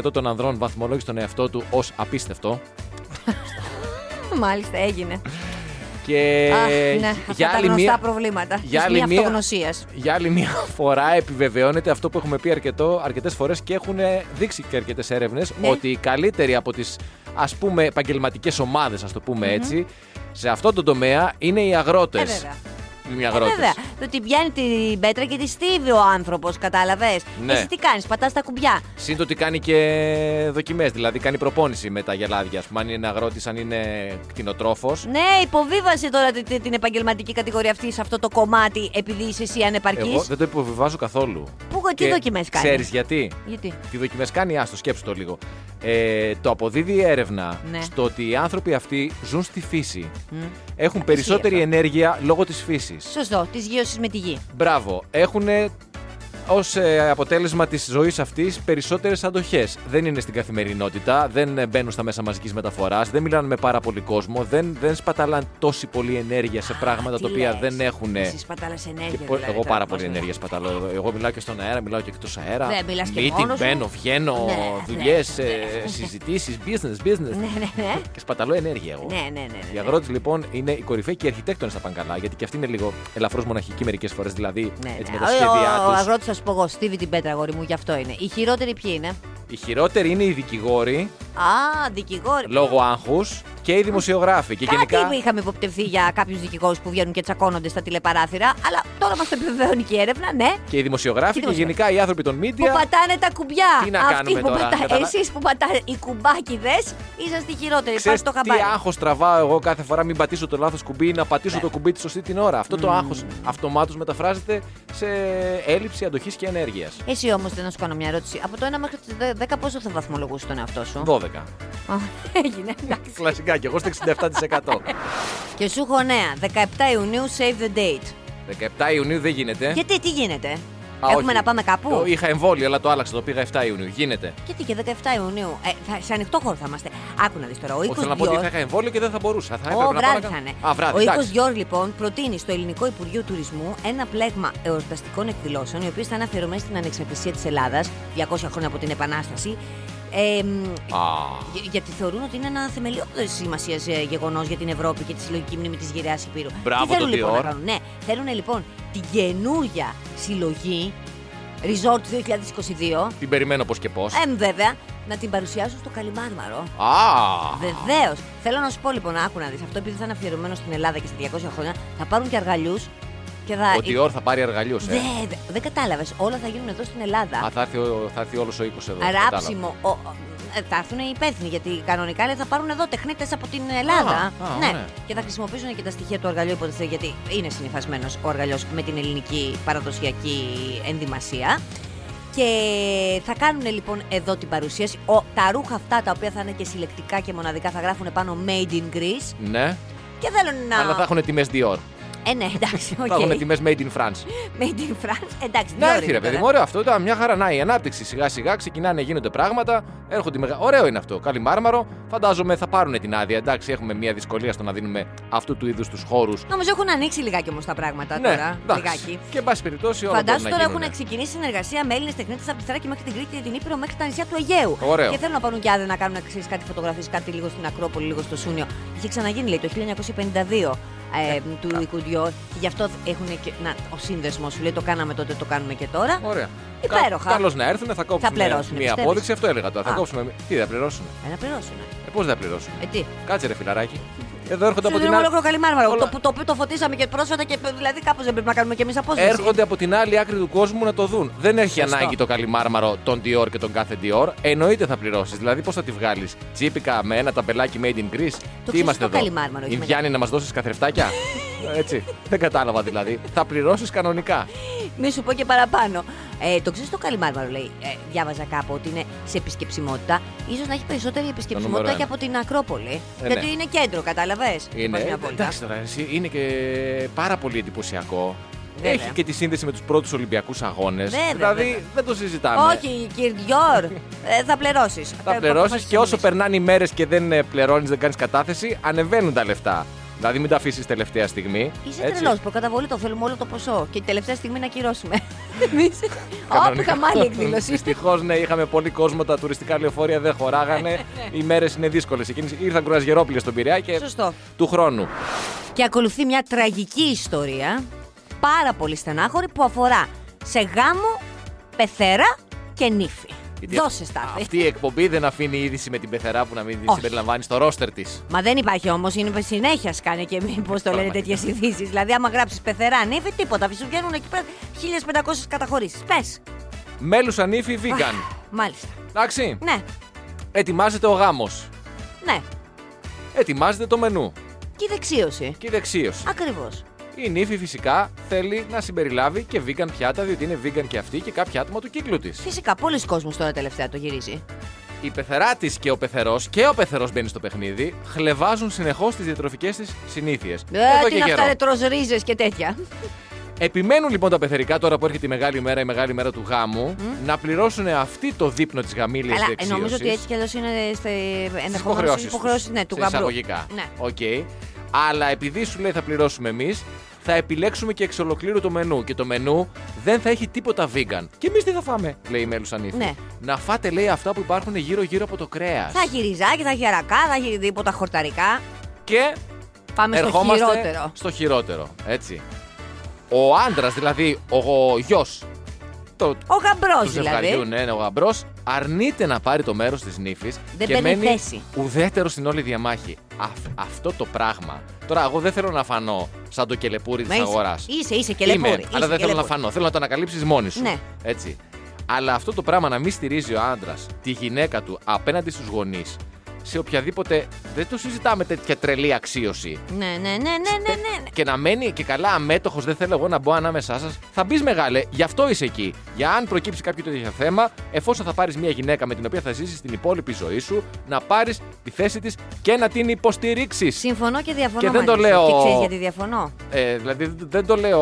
Speaker 4: 67% των ανδρών βαθμολόγησε τον εαυτό του ως απίστευτο.
Speaker 3: *laughs* Μάλιστα, έγινε.
Speaker 4: Και
Speaker 3: Αχ, ναι, αυτά τα γνωστά προβλήματα.
Speaker 4: για
Speaker 3: της
Speaker 4: άλλη
Speaker 3: μη
Speaker 4: μία-
Speaker 3: αυτογνωσίας. Ε,
Speaker 4: για άλλη μία *laughs* φορά επιβεβαιώνεται αυτό που έχουμε πει αρκετό, αρκετές φορές και έχουν ε, δείξει και αρκετές έρευνες
Speaker 3: Ναι.
Speaker 4: ότι οι καλύτεροι από τις ας πούμε επαγγελματικές ομάδες ας το πούμε έτσι σε αυτό το τομέα είναι οι
Speaker 3: Ε,
Speaker 4: αγρότες.
Speaker 3: βέβαια.
Speaker 4: Οι
Speaker 3: Ε,
Speaker 4: αγρότες.
Speaker 3: βέβαια. Το ότι πιάνει την πέτρα και τη στίβει ο άνθρωπος, κατάλαβες.
Speaker 4: Ναι.
Speaker 3: Εσύ τι κάνεις, πατάς τα κουμπιά.
Speaker 4: Συν το ότι κάνει και δοκιμές, δηλαδή κάνει προπόνηση με τα γελάδια. Ας πούμε, αν είναι αγρότης, αν είναι κτηνοτρόφος.
Speaker 3: Ναι, υποβίβασε τώρα τε- τε- την επαγγελματική κατηγορία αυτή σε αυτό το κομμάτι επειδή είσαι εσύ ανεπαρκής.
Speaker 4: Εγώ δεν το υποβιβάζω καθόλου.
Speaker 3: Πού, τι δοκιμές κάνει?
Speaker 4: Ξέρεις γιατί.
Speaker 3: Γιατί.
Speaker 4: Τι δοκιμές κάνει, άστο, σκέψου το λίγο. Ε, το αποδίδει η έρευνα
Speaker 3: Ναι.
Speaker 4: στο ότι οι άνθρωποι αυτοί ζουν στη φύση.
Speaker 3: Μμ.
Speaker 4: Έχουν περισσότερη
Speaker 3: αυτό.
Speaker 4: ενέργεια λόγω της φύσης.
Speaker 3: Σωστό, της γύρωση με τη γη.
Speaker 4: Μπράβο. Έχουν ω αποτέλεσμα της ζωής αυτής περισσότερες αντοχές. Δεν είναι στην καθημερινότητα, δεν ε, μπαίνουν στα μέσα μαζικής μεταφοράς, δεν μιλάνε με πάρα πολύ κόσμο, δεν, δεν σπαταλάνε τόση πολύ ενέργεια σε πράγματα
Speaker 3: Τι
Speaker 4: τα οποία
Speaker 3: λες.
Speaker 4: δεν έχουν.
Speaker 3: Εσύ σπατάλας ενέργεια.
Speaker 4: Και πο-
Speaker 3: δηλαδή,
Speaker 4: εγώ
Speaker 3: τώρα,
Speaker 4: πάρα
Speaker 3: πώς
Speaker 4: πολύ
Speaker 3: μιλάς.
Speaker 4: ενέργεια σπαταλώ. Εγώ μιλάω και στον αέρα, μιλάω και εκτός αέρα.
Speaker 3: Ναι, μιλάς και
Speaker 4: Meeting,
Speaker 3: μόνος σου.
Speaker 4: μπαίνω, βγαίνω,
Speaker 3: Ναι, ναι,
Speaker 4: δουλειές,
Speaker 3: ναι.
Speaker 4: συζητήσεις, business, business.
Speaker 3: Ναι, ναι, ναι.
Speaker 4: Και σπαταλώ ενέργεια εγώ.
Speaker 3: Ναι, ναι, ναι. ναι.
Speaker 4: Οι αγρότε λοιπόν είναι οι κορυφαίοι και οι αρχιτέκτονες στα παγκαλά, γιατί και αυτοί είναι λίγο ελαφρώς μοναχικοί μερικές φορές. Δηλαδή,
Speaker 3: Ναι,
Speaker 4: έτσι
Speaker 3: ναι.
Speaker 4: με τα
Speaker 3: Ο-
Speaker 4: σχέδιά
Speaker 3: Ο, ο
Speaker 4: τους.
Speaker 3: αγρότη, θα σου πω εγώ, στίβει την πέτρα, αγόρι μου, γι' αυτό είναι. Οι χειρότεροι ποιοι είναι.
Speaker 4: Οι χειρότεροι είναι οι δικηγόροι,
Speaker 3: Α, δικηγόροι.
Speaker 4: λόγω άγχους, και οι δημοσιογράφοι. Και
Speaker 3: Κάτι
Speaker 4: γενικά.
Speaker 3: που είχαμε υποπτευθεί για κάποιους δικηγόρους που βγαίνουν και τσακώνονται στα τηλεπαράθυρα, αλλά τώρα μας το επιβεβαιώνει και η έρευνα, ναι.
Speaker 4: Και οι δημοσιογράφοι
Speaker 3: Και
Speaker 4: και,
Speaker 3: οι
Speaker 4: γενικά οι άνθρωποι των
Speaker 3: Που
Speaker 4: media.
Speaker 3: πατάνε τα κουμπιά.
Speaker 4: Τι να
Speaker 3: Αυτοί
Speaker 4: κάνουμε
Speaker 3: που
Speaker 4: τώρα,
Speaker 3: πατά...
Speaker 4: καταλα-
Speaker 3: Εσείς που πατάνε οι κουμπάκιδες, είσαστε οι χειρότεροι. Πάρτε
Speaker 4: Ξέρεις
Speaker 3: το
Speaker 4: τι
Speaker 3: χαμπάρι. Ναι.
Speaker 4: άγχος τραβάω εγώ κάθε φορά, μην πατήσω το λάθος κουμπί ή να πατήσω το κουμπί τη σωστή την ώρα. Αυτό το άγχος αυτομάτως μεταφράζεται σε έλλειψη αντοχής και ενέργειας.
Speaker 3: Εσύ όμως δεν να σου κάνω μια ερώτηση. Από το 1 μέχρι το 10 πόσο θα βαθμολογούσε τον εαυτό σου.
Speaker 4: 12.
Speaker 3: Α, *laughs* Έγινε, εντάξει.
Speaker 4: Κλασικά και
Speaker 3: *laughs*
Speaker 4: εγώ στο 67%.
Speaker 3: Και σου έχω νέα. 17 Ιουνίου, save the date.
Speaker 4: 17 Ιουνίου δεν γίνεται.
Speaker 3: Γιατί, τι γίνεται.
Speaker 4: Ε. Α,
Speaker 3: Έχουμε
Speaker 4: όχι.
Speaker 3: να πάμε κάπου.
Speaker 4: Το είχα εμβόλιο, αλλά το άλλαξα. Το πήγα 7 Ιουνίου. Γίνεται.
Speaker 3: Γιατί και 17 Ιουνίου. Ε, θα, σε ανοιχτό χώρο θα είμαστε. Άκου να δεις τώρα. Ο
Speaker 4: Όχι,
Speaker 3: οίκος
Speaker 4: θέλω να πω ότι είχα εμβόλιο και δεν θα μπορούσα. Θα έπρεπε
Speaker 3: Ω,
Speaker 4: να πάω
Speaker 3: βράδυ
Speaker 4: να
Speaker 3: θα
Speaker 4: κάνω-
Speaker 3: είναι.
Speaker 4: Α, βράδυ,
Speaker 3: ο οίκος
Speaker 4: εντάξει.
Speaker 3: Γιώργ, λοιπόν, προτείνει στο Ελληνικό Υπουργείο Τουρισμού ένα πλέγμα εορταστικών εκδηλώσεων, οι οποίες θα είναι αφιερωμένε στην ανεξαρτησία της Ελλάδας, 200 χρόνια από την Επανάσταση. Ε, μ,
Speaker 4: Α,
Speaker 3: για- γιατί θεωρούν ότι είναι ένα θεμελιώδης σημασίας γεγονός για την Ευρώπη και τη συλλογική μνήμη της γυραιά Υπήρου.
Speaker 4: Μπράβο,
Speaker 3: Τι θέλουν
Speaker 4: το
Speaker 3: λοιπόν
Speaker 4: Dior.
Speaker 3: να κάνουν. Ναι, θέλουν λοιπόν την καινούρια συλλογή Resort 2022
Speaker 4: την περιμένω πώς και πώς.
Speaker 3: Εμ, βέβαια, να την παρουσιάσουν στο Καλιμάρμαρο.
Speaker 4: Α,
Speaker 3: Βεβαίως. Θέλω να σου πω λοιπόν, άκου να δεις αυτό, επειδή θα είναι αφιερωμένο στην Ελλάδα και στα 200 χρόνια, θα πάρουν και αργαλιούς Και θα...
Speaker 4: Ότι η ώρα θα πάρει αργαλιούς. Ε.
Speaker 3: Δεν δεν κατάλαβες. Όλα θα γίνουν εδώ στην Ελλάδα.
Speaker 4: Α, θα έρθει, ο- θα έρθει όλος ο οίκος εδώ. κατάλαβα.
Speaker 3: Ράψιμο. Ο- ο- ε, θα έρθουν οι υπεύθυνοι γιατί κανονικά λέει, θα πάρουν εδώ τεχνίτες από την Ελλάδα.
Speaker 4: Α, α, ναι.
Speaker 3: Και θα χρησιμοποιήσουν και τα στοιχεία του αργαλιού υποτιθέται γιατί είναι συνηθισμένος ο αργαλιός με την ελληνική παραδοσιακή ενδυμασία. Και θα κάνουν λοιπόν εδώ την παρουσίαση. Ο, τα ρούχα αυτά τα οποία θα είναι και συλλεκτικά και μοναδικά θα γράφουν πάνω Made in Greece.
Speaker 4: Ναι,
Speaker 3: Και θέλουν να.
Speaker 4: αλλά θα έχουν τιμές Dior.
Speaker 3: Ε, ναι, εντάξει, οκ.
Speaker 4: Θα έχουν τιμές Made in France.
Speaker 3: Made in France. Εντάξει,
Speaker 4: Να
Speaker 3: δύο
Speaker 4: έρθει
Speaker 3: είναι
Speaker 4: Ναι, ρε παιδί
Speaker 3: τώρα.
Speaker 4: μου, ωραίο αυτό. Ήταν μια χαρά. Να, η ανάπτυξη σιγά σιγά ξεκινάνε, γίνονται πράγματα. Έρχονται οι μεγα... Ωραίο είναι αυτό. Καλή μάρμαρο. Φαντάζομαι θα πάρουν την άδεια. Εντάξει, έχουμε μια δυσκολία στο να δίνουμε αυτού του είδους τους χώρους.
Speaker 3: Νομίζω έχουν ανοίξει λιγάκι όμως τα πράγματα τώρα. Λιγάκι.
Speaker 4: Ναι, Και εν πάση περιπτώσει όλα
Speaker 3: Φαντάζομαι
Speaker 4: μπορεί να
Speaker 3: τώρα έχουν
Speaker 4: γίνουνε.
Speaker 3: ξεκινήσει συνεργασία με Έλληνες τεχνίτες από τη Θράκη μέχρι την Κρήτη και την Ήπειρο μέχρι τα νησιά του Αιγαίου.
Speaker 4: Ωραίο.
Speaker 3: Και θέλουν να πάνε και άδεια να κάνουν ξέρεις, κάτι φωτογραφίες, κάτι λίγο στην Ακρόπολη, λίγο στο Σούνιο. Είχε ξαναγίνει λέει το 1952
Speaker 4: Ναι.
Speaker 3: ε, του Ικουδιό και γι' αυτό έχουν και. Να, ο σύνδεσμος σου λέει το κάναμε τότε, το κάνουμε και τώρα.
Speaker 4: Ωραία.
Speaker 3: Υπέροχα.
Speaker 4: Καλώς να έρθουν, θα κόψουν
Speaker 3: πληρώσουνε,
Speaker 4: μια
Speaker 3: πιστεύεις?
Speaker 4: απόδειξη. Αυτό έλεγα τώρα. Θα
Speaker 3: Α.
Speaker 4: κόψουμε. Τι θα πληρώσουν.
Speaker 3: Ένα πληρώσουν.
Speaker 4: Ε, Πώς θα πληρώσουν.
Speaker 3: Ε, τι.
Speaker 4: Κάτσε ρε φιλαράκι. Εδώ
Speaker 3: Σου
Speaker 4: έρχονται από την
Speaker 3: δίνουμε
Speaker 4: άλλη.
Speaker 3: ολόκληρο καλή μάρμαρο.
Speaker 4: Όλα-
Speaker 3: Το, που- το οποίο το φωτίσαμε και πρόσφατα και ε, δηλαδή κάπως δεν πρέπει να κάνουμε κι εμείς απόσβεση.
Speaker 4: Έρχονται από την άλλη άκρη του κόσμου να το δουν. Δεν έχει
Speaker 3: Σωστό.
Speaker 4: ανάγκη το καλυμάρμαρο των Dior και τον κάθε Dior. Εννοείται θα πληρώσεις. Δηλαδή, πώς θα τη βγάλεις. Τσίπικα με ένα ταμπελάκι made in Greece.
Speaker 3: Το
Speaker 4: Τι είμαστε
Speaker 3: ξεχωριστό
Speaker 4: εδώ.
Speaker 3: καλυμάρμαρο έχει
Speaker 4: Ινδιάνοι να μας δώσεις καθρεφτάκια.
Speaker 3: *laughs*
Speaker 4: Έτσι. Δεν κατάλαβα δηλαδή. θα πληρώσεις κανονικά.
Speaker 3: Μη σου πω και παραπάνω. Ε, το ξέρεις το Καλιμάρμαρο, λέει. Ε, διάβαζα κάπου ότι είναι σε επισκεψιμότητα. ίσως να έχει περισσότερη
Speaker 4: νούμερο
Speaker 3: επισκεψιμότητα
Speaker 4: ένα.
Speaker 3: και από την Ακρόπολη.
Speaker 4: Ε,
Speaker 3: γιατί
Speaker 4: ναι.
Speaker 3: είναι κέντρο, κατάλαβες.
Speaker 4: Είναι, εντάξει τώρα, εσύ, είναι και πάρα πολύ εντυπωσιακό.
Speaker 3: Βέβαια.
Speaker 4: Έχει και τη σύνδεση με τους πρώτους Ολυμπιακούς Αγώνες.
Speaker 3: Βέβαια,
Speaker 4: Δηλαδή
Speaker 3: βέβαια.
Speaker 4: δεν το συζητάμε.
Speaker 3: Όχι, κύριε Διόρ, ε, θα πληρώσεις.
Speaker 4: Θα πληρώσει και όσο περνάνε οι μέρες και δεν πληρώνεις, δεν κάνεις κατάθεση, ανεβαίνουν τα λεφτά. Δηλαδή μην τα αφήσεις τελευταία στιγμή.
Speaker 3: Είσαι
Speaker 4: έτσι.
Speaker 3: τρελός. Προκαταβολή το θέλουμε όλο το ποσό. Και την τελευταία στιγμή να
Speaker 4: *laughs*
Speaker 3: ακυρώσουμε. Εμείς. Όπου
Speaker 4: Κανονικά.
Speaker 3: είχαμε άλλη
Speaker 4: *laughs*
Speaker 3: εκδήλωση.
Speaker 4: Δυστυχώς, ναι, είχαμε πολύ κόσμο. Τα τουριστικά λεωφορεία δεν
Speaker 3: *laughs*
Speaker 4: χωράγανε. οι μέρες είναι δύσκολες. Εκείνες ήρθαν κουρασγερόπλια στον Πειραιά και
Speaker 3: Ναι. Σωστό.
Speaker 4: του χρόνου.
Speaker 3: Και ακολουθεί μια τραγική ιστορία, πάρα πολύ στενάχωρη, που αφορά σε γάμο, πεθέρα και νύφη.
Speaker 4: Γιατί
Speaker 3: Δώσε στάθη.
Speaker 4: Αυτή η εκπομπή δεν αφήνει είδηση με την πεθερά που να μην
Speaker 3: Όχι.
Speaker 4: συμπεριλαμβάνει στο ρόστερ της.
Speaker 3: Μα δεν υπάρχει όμως, είναι συνέχεια σκάνε και πώς το λένε τέτοιες ειδήσεις. Δηλαδή, άμα γράψεις πεθερά νύφη, τίποτα. Σου βγαίνουν εκεί πέρα 1500 καταχωρήσεις. Πες.
Speaker 4: Μέλους ανήφη vegan.
Speaker 3: Μάλιστα.
Speaker 4: Εντάξει.
Speaker 3: Ναι,
Speaker 4: Ετοιμάζεται ο γάμος.
Speaker 3: ναι.
Speaker 4: Ετοιμάζεται το μενού.
Speaker 3: Και η δεξίωση.
Speaker 4: Και η δεξίωση.
Speaker 3: Ακριβώς.
Speaker 4: Η νύφη φυσικά θέλει να συμπεριλάβει και vegan πιάτα, διότι είναι vegan και αυτή και κάποια άτομα του κύκλου της.
Speaker 3: Φυσικά, πολλοί κόσμος τώρα τελευταία το γυρίζει.
Speaker 4: Η πεθερά τη και ο πεθερός και ο πεθερός μπαίνει στο παιχνίδι, χλεβάζουν συνεχώς τις διατροφικές της συνήθειες.
Speaker 3: Ε, τι είναι αυτά, ρετρό ρίζες και τέτοια.
Speaker 4: Επιμένουν λοιπόν τα πεθερικά τώρα που έρχεται η μεγάλη ημέρα, η μεγάλη ημέρα του γάμου, να πληρώσουν αυτή το δείπνο της γαμήλιας
Speaker 3: Αλλά ε,
Speaker 4: δεξίωσης.
Speaker 3: νομίζω ότι έτσι κι αλλιώς είναι ε, ενδεχομένω
Speaker 4: υποχρεώσεις.
Speaker 3: υποχρεώσεις ναι, τους γαμπρού.
Speaker 4: Εισαγωγικά.
Speaker 3: Ναι.
Speaker 4: Οκ. Αλλά επειδή σου λέει θα πληρώσουμε εμείς, θα επιλέξουμε και εξ ολοκλήρου το μενού. Και το μενού δεν θα έχει τίποτα vegan. Και εμείς τι θα φάμε, λέει η Μέλουσανίφη.
Speaker 3: Ναι.
Speaker 4: Να φάτε, λέει, αυτά που υπάρχουν γύρω-γύρω από το κρέας.
Speaker 3: Θα έχει ριζάκι, θα έχει αρακά, θα έχει τίποτα χορταρικά.
Speaker 4: Και
Speaker 3: Πάμε στο
Speaker 4: ερχόμαστε
Speaker 3: χειρότερο.
Speaker 4: στο χειρότερο. Έτσι. Ο άντρας, δηλαδή ο, ο γιο του
Speaker 3: Ο γαμπρός
Speaker 4: ζευγαριού,
Speaker 3: δηλαδή.
Speaker 4: ναι, ο γαμπρός, αρνείται να πάρει το μέρος της νύφης
Speaker 3: Δεν
Speaker 4: και
Speaker 3: παίρνει
Speaker 4: μένει
Speaker 3: θέση.
Speaker 4: ουδέτερο στην όλη διαμάχη. Αφ- αυτό το πράγμα. Τώρα, εγώ δεν θέλω να φανώ σαν το κελεπούρι
Speaker 3: Μα
Speaker 4: τη
Speaker 3: είσαι-
Speaker 4: αγοράς.
Speaker 3: Είσαι, είσαι και λεπούρη.
Speaker 4: Είμαι, αλλά δεν θέλω να φανώ. Θέλω να το ανακαλύψεις μόνη σου.
Speaker 3: Ναι.
Speaker 4: Έτσι. Αλλά αυτό το πράγμα να μην στηρίζει ο άντρας τη γυναίκα του απέναντι στους γονείς σε οποιαδήποτε. Δεν το συζητάμε τέτοια τρελή αξίωση.
Speaker 3: Ναι, ναι, ναι, ναι, ναι, ναι.
Speaker 4: Και να μένει και καλά αμέτωχος, δεν θέλω εγώ να μπω ανάμεσά σας. Θα μπεις μεγάλε, γι' αυτό είσαι εκεί. Για αν προκύψει κάποιο τέτοιο θέμα, εφόσον θα πάρεις μια γυναίκα με την οποία θα ζήσεις την υπόλοιπη ζωή σου, να πάρεις τη θέση της και να την υποστηρίξεις.
Speaker 3: Συμφωνώ και διαφωνώ.
Speaker 4: Και δεν το
Speaker 3: μαζί σου.
Speaker 4: λέω-
Speaker 3: Και ξέρεις γιατί διαφωνώ.
Speaker 4: Ε, δηλαδή δεν το λέω.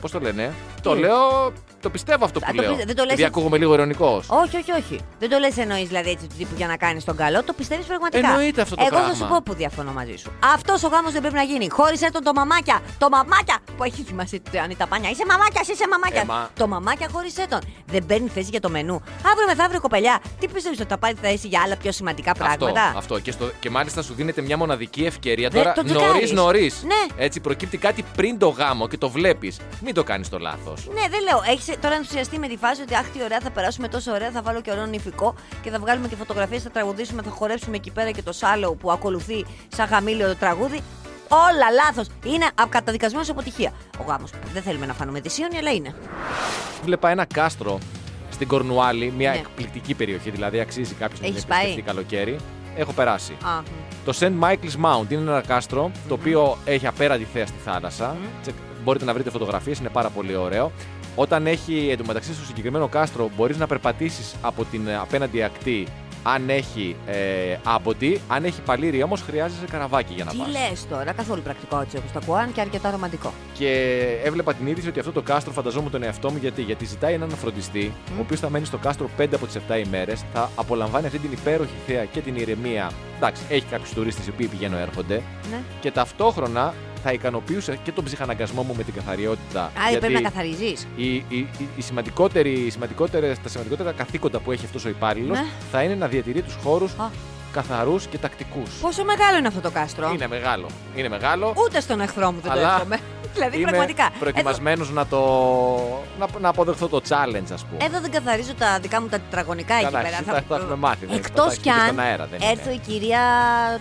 Speaker 4: Πώς το λένε, Το
Speaker 3: Τι?
Speaker 4: λέω. Το πιστεύω αυτό που
Speaker 3: Α, το
Speaker 4: λέω.
Speaker 3: πι- δεν το λες
Speaker 4: Επειδή
Speaker 3: έτσι.
Speaker 4: ακούγομαι λίγο ειρωνικό.
Speaker 3: Όχι, όχι, όχι. Δεν το λες εννοείς δηλαδή έτσι του τύπου για να κάνεις τον καλό. Το πιστεύεις πραγματικά.
Speaker 4: Εννοείται αυτό το
Speaker 3: Εγώ
Speaker 4: πράγμα.
Speaker 3: θα σου πω που διαφωνώ μαζί σου. Αυτός ο γάμος δεν πρέπει να γίνει. Χώρισε τον το μαμάκια. Το μαμάκια που έχει θυμάσει τι- αν είναι τα πάνια. Είσαι μαμάκιας, είσαι μαμάκιας.
Speaker 4: Ε, μα-
Speaker 3: Το μαμάκια χώρισε τον. Δεν παίρνει θέση για το μενού. Αύριο μεθαύριο κοπελιά. Τι πιστεύεις ότι θα πάρει θέση για άλλα πιο σημαντικά
Speaker 4: Αυτό,
Speaker 3: πράγματα.
Speaker 4: αυτό. Και, στο, και μάλιστα σου δίνεται μια μοναδική ευκαιρία
Speaker 3: Δεν
Speaker 4: τώρα
Speaker 3: το τσεκάρεις.
Speaker 4: νωρί νωρίς.
Speaker 3: Ναι.
Speaker 4: Έτσι προκύπτει κάτι πριν το γάμο και το βλέπεις. Μην το κάνεις το λάθος.
Speaker 3: Ναι, δεν λέω. Έχεις τώρα ενθουσιαστεί με τη φάση ότι αχ, τι ωραία θα περάσουμε τόσο ωραία. Θα βάλω και ωραίο νηφικό και θα βγάλουμε και φωτογραφίες, θα τραγουδήσουμε, θα χορέψουμε εκεί πέρα και το σάλο που ακολουθεί σαν γαμήλιο το τραγούδι. Όλα λάθος. Είναι καταδικασμένο σε αποτυχία. Ο γάμος. Δεν θέλουμε να φάνουμε δυσίωνοι, αλλά είναι.
Speaker 4: Βλέπα ένα κάστρο στην Κορνουάλη, μια
Speaker 3: Ναι.
Speaker 4: εκπληκτική περιοχή. Δηλαδή, αξίζει κάποιος να την
Speaker 3: Έχεις πάει?
Speaker 4: επισκεφτεί καλοκαίρι. Έχω περάσει.
Speaker 3: Α, μ.
Speaker 4: Το St. Michael's Mount είναι ένα κάστρο το οποίο έχει απέραντη θέα στη θάλασσα. Τσεκ- Μπορείτε να βρείτε φωτογραφίες, είναι πάρα πολύ ωραίο. Όταν έχει εντωμεταξύ στο συγκεκριμένο κάστρο, μπορείς να περπατήσεις από την ε, απέναντι ακτή αν έχει ε, άμποτη. Αν έχει παλήρη όμως, χρειάζεσαι καραβάκι για να
Speaker 3: Τι
Speaker 4: πας.
Speaker 3: λες τώρα, καθόλου πρακτικό έτσι όπως το ακούω, αν και αρκετά ρομαντικό.
Speaker 4: Και έβλεπα την είδηση ότι αυτό το κάστρο φανταζόμουν τον εαυτό μου γιατί, γιατί ζητάει έναν φροντιστή, ο οποίος θα μένει στο κάστρο 5 από τις 7 ημέρες, θα απολαμβάνει αυτή την υπέροχη θέα και την ηρεμία. Εντάξει, έχει κάποιους τουρίστες οι οποίοι πηγαίνουν έρχονται.
Speaker 3: Ναι.
Speaker 4: Και ταυτόχρονα θα ικανοποιούσε και τον ψυχαναγκασμό μου με την καθαριότητα.
Speaker 3: Άρα πρέπει να καθαρίζει.
Speaker 4: οι, οι, οι, οι σημαντικότεροι, οι σημαντικότερες- τα σημαντικότερα καθήκοντα που έχει αυτός ο υπάλληλος
Speaker 3: Ναι.
Speaker 4: θα είναι να διατηρεί τους χώρους
Speaker 3: Α.
Speaker 4: καθαρούς και τακτικούς.
Speaker 3: Πόσο μεγάλο είναι αυτό το κάστρο.
Speaker 4: Είναι μεγάλο. Είναι μεγάλο.
Speaker 3: Ούτε στον εχθρό μου δεν το
Speaker 4: Αλλά
Speaker 3: εύχομαι. *laughs* δηλαδή
Speaker 4: Είμαι
Speaker 3: πραγματικά.
Speaker 4: προετοιμασμένος να το. Να, να αποδεχθώ το challenge, ας πούμε.
Speaker 3: Εδώ, εδώ δεν καθαρίζω τα δικά μου τα τετραγωνικά εκεί
Speaker 4: Καλά,
Speaker 3: Ε,
Speaker 4: *laughs*
Speaker 3: πέρα.
Speaker 4: εσύ τα- τα έχουμε μάθει, δεν- τα
Speaker 3: Εκτό
Speaker 4: έχεις
Speaker 3: κι
Speaker 4: πει και
Speaker 3: αν
Speaker 4: στον αέρα, δεν
Speaker 3: έρθω
Speaker 4: είναι.
Speaker 3: η κυρία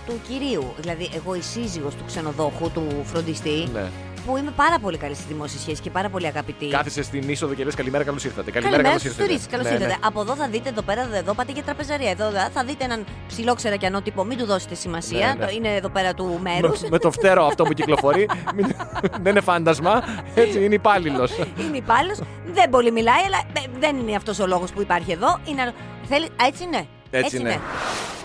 Speaker 3: του κυρίου. Δηλαδή, εγώ η σύζυγος του ξενοδόχου, του φροντιστή,
Speaker 4: Ναι.
Speaker 3: που είμαι πάρα πολύ καλή στη δημόσια σχέση και πάρα πολύ αγαπητή.
Speaker 4: Κάθεσαι στην είσοδο και λες καλημέρα, καλώς ήρθατε. Καλημέρα,
Speaker 3: Καλημέρα
Speaker 4: καλώς
Speaker 3: στους
Speaker 4: ήρθατε.
Speaker 3: τουρίστες. Καλώς
Speaker 4: Ναι, ναι.
Speaker 3: ήρθατε. Από εδώ θα δείτε, εδώ πέρα, εδώ πάτε για τραπεζαρία. Εδώ δε- θα δείτε έναν ψηλό ξερακιανό τύπο. Μην του δώσετε σημασία.
Speaker 4: Ναι, ναι.
Speaker 3: Το- Είναι εδώ πέρα
Speaker 4: *laughs*
Speaker 3: του μέρους.
Speaker 4: Με, με το φτερό αυτό που κυκλοφορεί. Μην- δεν είναι φάντασμα. Έτσι, είναι υπάλληλος.
Speaker 3: είναι υπάλληλος. δεν πολύ μιλάει, αλλά δε- δεν είναι αυτός ο λόγος που υπάρχει εδώ. Είναι... άλλο. Θέλει... Α, έτσι είναι.
Speaker 4: Έτσι είναι.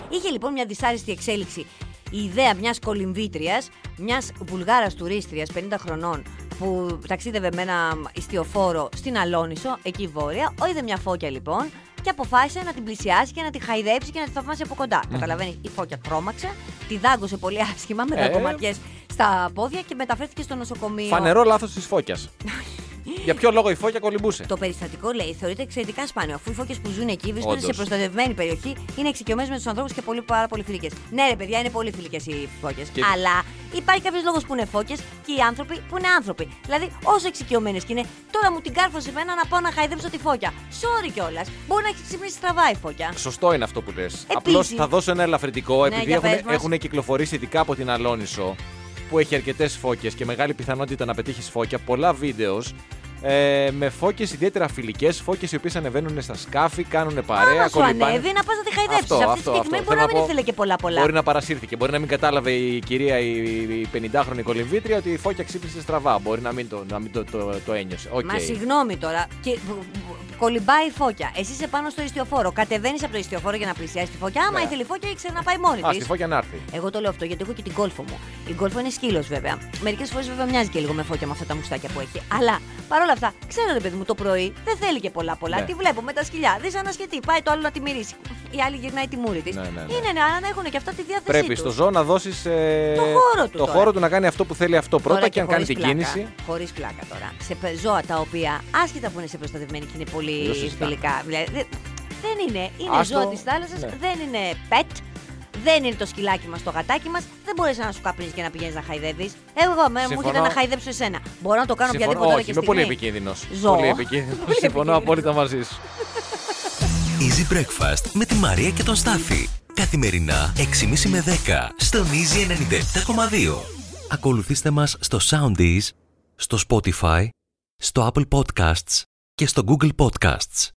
Speaker 3: Είχε λοιπόν μια δυσάρεστη εξέλιξη η ιδέα μιας κολυμβήτριας, μιας βουλγάρας τουρίστριας 50 χρονών, που ταξίδευε με ένα ιστιοφόρο στην Αλόνισο, εκεί βόρεια. Ό, είδε μια φώκια λοιπόν και αποφάσισε να την πλησιάσει και να τη χαϊδέψει και να τη θαυμάσει από κοντά. Καταλαβαίνεις, η φώκια τρόμαξε, τη δάγκωσε πολύ άσχημα με
Speaker 4: Ε.
Speaker 3: τα στα πόδια και μεταφέρθηκε στο νοσοκομείο.
Speaker 4: Φανερό λάθος της φώκιας. Για ποιο λόγο η φώκια κολυμπούσε.
Speaker 3: Το περιστατικό λέει θεωρείται εξαιρετικά σπάνιο, αφού οι φώκες που ζουν εκεί βρίσκονται
Speaker 4: Όντως.
Speaker 3: σε προστατευμένη περιοχή, είναι εξοικειωμένες με τους ανθρώπους και πολύ, πάρα πολύ φιλικές. Ναι, ρε παιδιά, είναι πολύ φιλικές οι φώκες.
Speaker 4: Και-
Speaker 3: Αλλά υπάρχει κάποιος λόγος που είναι φώκες και οι άνθρωποι που είναι άνθρωποι. Δηλαδή, όσο εξοικειωμένες και είναι, τώρα μου την κάρφωσε εμένα να πάω να χαϊδέψω τη φώκια. Sorry κιόλας. Μπορεί να έχει ξυπνήσει στραβά η φώκια.
Speaker 4: Σωστό είναι αυτό που λες. Απλώς θα δώσω ένα ελαφρυντικό,
Speaker 3: Ναι,
Speaker 4: επειδή
Speaker 3: για
Speaker 4: έχουν,
Speaker 3: πες μας.
Speaker 4: έχουν κυκλοφορήσει ειδικά από την Αλόνισο, που έχει αρκετές φώκες και μεγάλη πιθανότητα να πετύχει φώκια, πολλά βίντεος. Ε, με φώκες ιδιαίτερα φιλικές, φώκες οι οποίες ανεβαίνουν στα σκάφη, κάνουν παρέα,
Speaker 3: Άμα σου
Speaker 4: κολυμπάνε.
Speaker 3: ανέβει, να πας να τη χαϊδέψει.
Speaker 4: Αυτό,
Speaker 3: Αυτή τη
Speaker 4: αυτό,
Speaker 3: στιγμή
Speaker 4: αυτό.
Speaker 3: μπορεί να
Speaker 4: Θέλω
Speaker 3: μην
Speaker 4: να πω,
Speaker 3: ήθελε και πολλά πολλά.
Speaker 4: Μπορεί να παρασύρθηκε, μπορεί να μην κατάλαβε η κυρία η, η 50χρονη κολυμβήτρια ότι η φώκια ξύπνησε στραβά. Μπορεί να μην το, να μην το, το, το ένιωσε. Οκ.
Speaker 3: Μα συγγνώμη τώρα. Και... β- β- Κολυμπάει η φώκια. Εσύ είσαι πάνω στο ιστιοφόρο. Κατεβαίνεις από το ιστιοφόρο για να πλησιάσεις τη φώκια. Άμα
Speaker 4: Ναι.
Speaker 3: ήθελε η φώκια, ήξερε να πάει μόνη
Speaker 4: Α, στη
Speaker 3: της.
Speaker 4: φώκια να έρθει.
Speaker 3: Εγώ το λέω αυτό γιατί έχω και την κόλφο μου. Η κόλφο είναι σκύλος βέβαια. Μερικές φορές βέβαια μοιάζει και λίγο με φώκια με αυτά τα μουστάκια που έχει. Αλλά παρόλα αυτά, ξέρω ρε παιδί μου το πρωί δεν θέλει και πολλά πολλά.
Speaker 4: Ναι.
Speaker 3: Τη βλέπω με τα σκυλιά. Δεν ανασχετεί. Πάει το άλλο να τη μυρίσει. Η άλλη γυρνάει τη μούρη της.
Speaker 4: Ναι, ναι, ναι.
Speaker 3: Είναι να, να έχουν και αυτά τη διάθεσή
Speaker 4: Πρέπει
Speaker 3: τους.
Speaker 4: στο ζώο να δώσεις.
Speaker 3: Το χώρο του
Speaker 4: Το
Speaker 3: τώρα.
Speaker 4: χώρο του να κάνει αυτό που θέλει αυτό πρώτα
Speaker 3: Τώρα
Speaker 4: και αν κάνει
Speaker 3: χωρίς
Speaker 4: την
Speaker 3: πλάκα,
Speaker 4: κίνηση.
Speaker 3: Χωρίς πλάκα τώρα. Σε πε- ζώα τα οποία άσχετα που είναι σε προστατευμένη και είναι πολύ
Speaker 4: Δεν το συζητάμε.
Speaker 3: φιλικά. Δηλαδή, δε- δεν είναι. Είναι
Speaker 4: Άστο,
Speaker 3: ζώα της θάλασσας,
Speaker 4: ναι.
Speaker 3: δεν είναι pet. Δεν είναι το σκυλάκι μας, το γατάκι μας. Δεν μπορείς να σου καπνίζεις και να πηγαίνεις να χαϊδεύεις. Εγώ εμένα μου
Speaker 4: Συμφωνώ.
Speaker 3: έρχεται να χαϊδέψω εσένα. Μπορώ να το κάνω
Speaker 4: Συμφωνώ.
Speaker 3: οποιαδήποτε ώρα
Speaker 4: Όχι,
Speaker 3: και
Speaker 4: είμαι
Speaker 3: στιγμή.
Speaker 4: πολύ επικίνδυνος.
Speaker 3: Ζώο.
Speaker 4: Πολύ επικίνδυνος.
Speaker 3: Πολύ
Speaker 4: Συμφωνώ
Speaker 3: επικίνδυνος.
Speaker 4: απόλυτα μαζί σου.
Speaker 2: Easy Breakfast με τη Μαρία και τον Στάφη. Καθημερινά 6.30 με 10 στον Easy 97.2. Ακολουθήστε μας στο Soundees, στο Spotify, στο Apple Podcasts και στο Google Podcasts.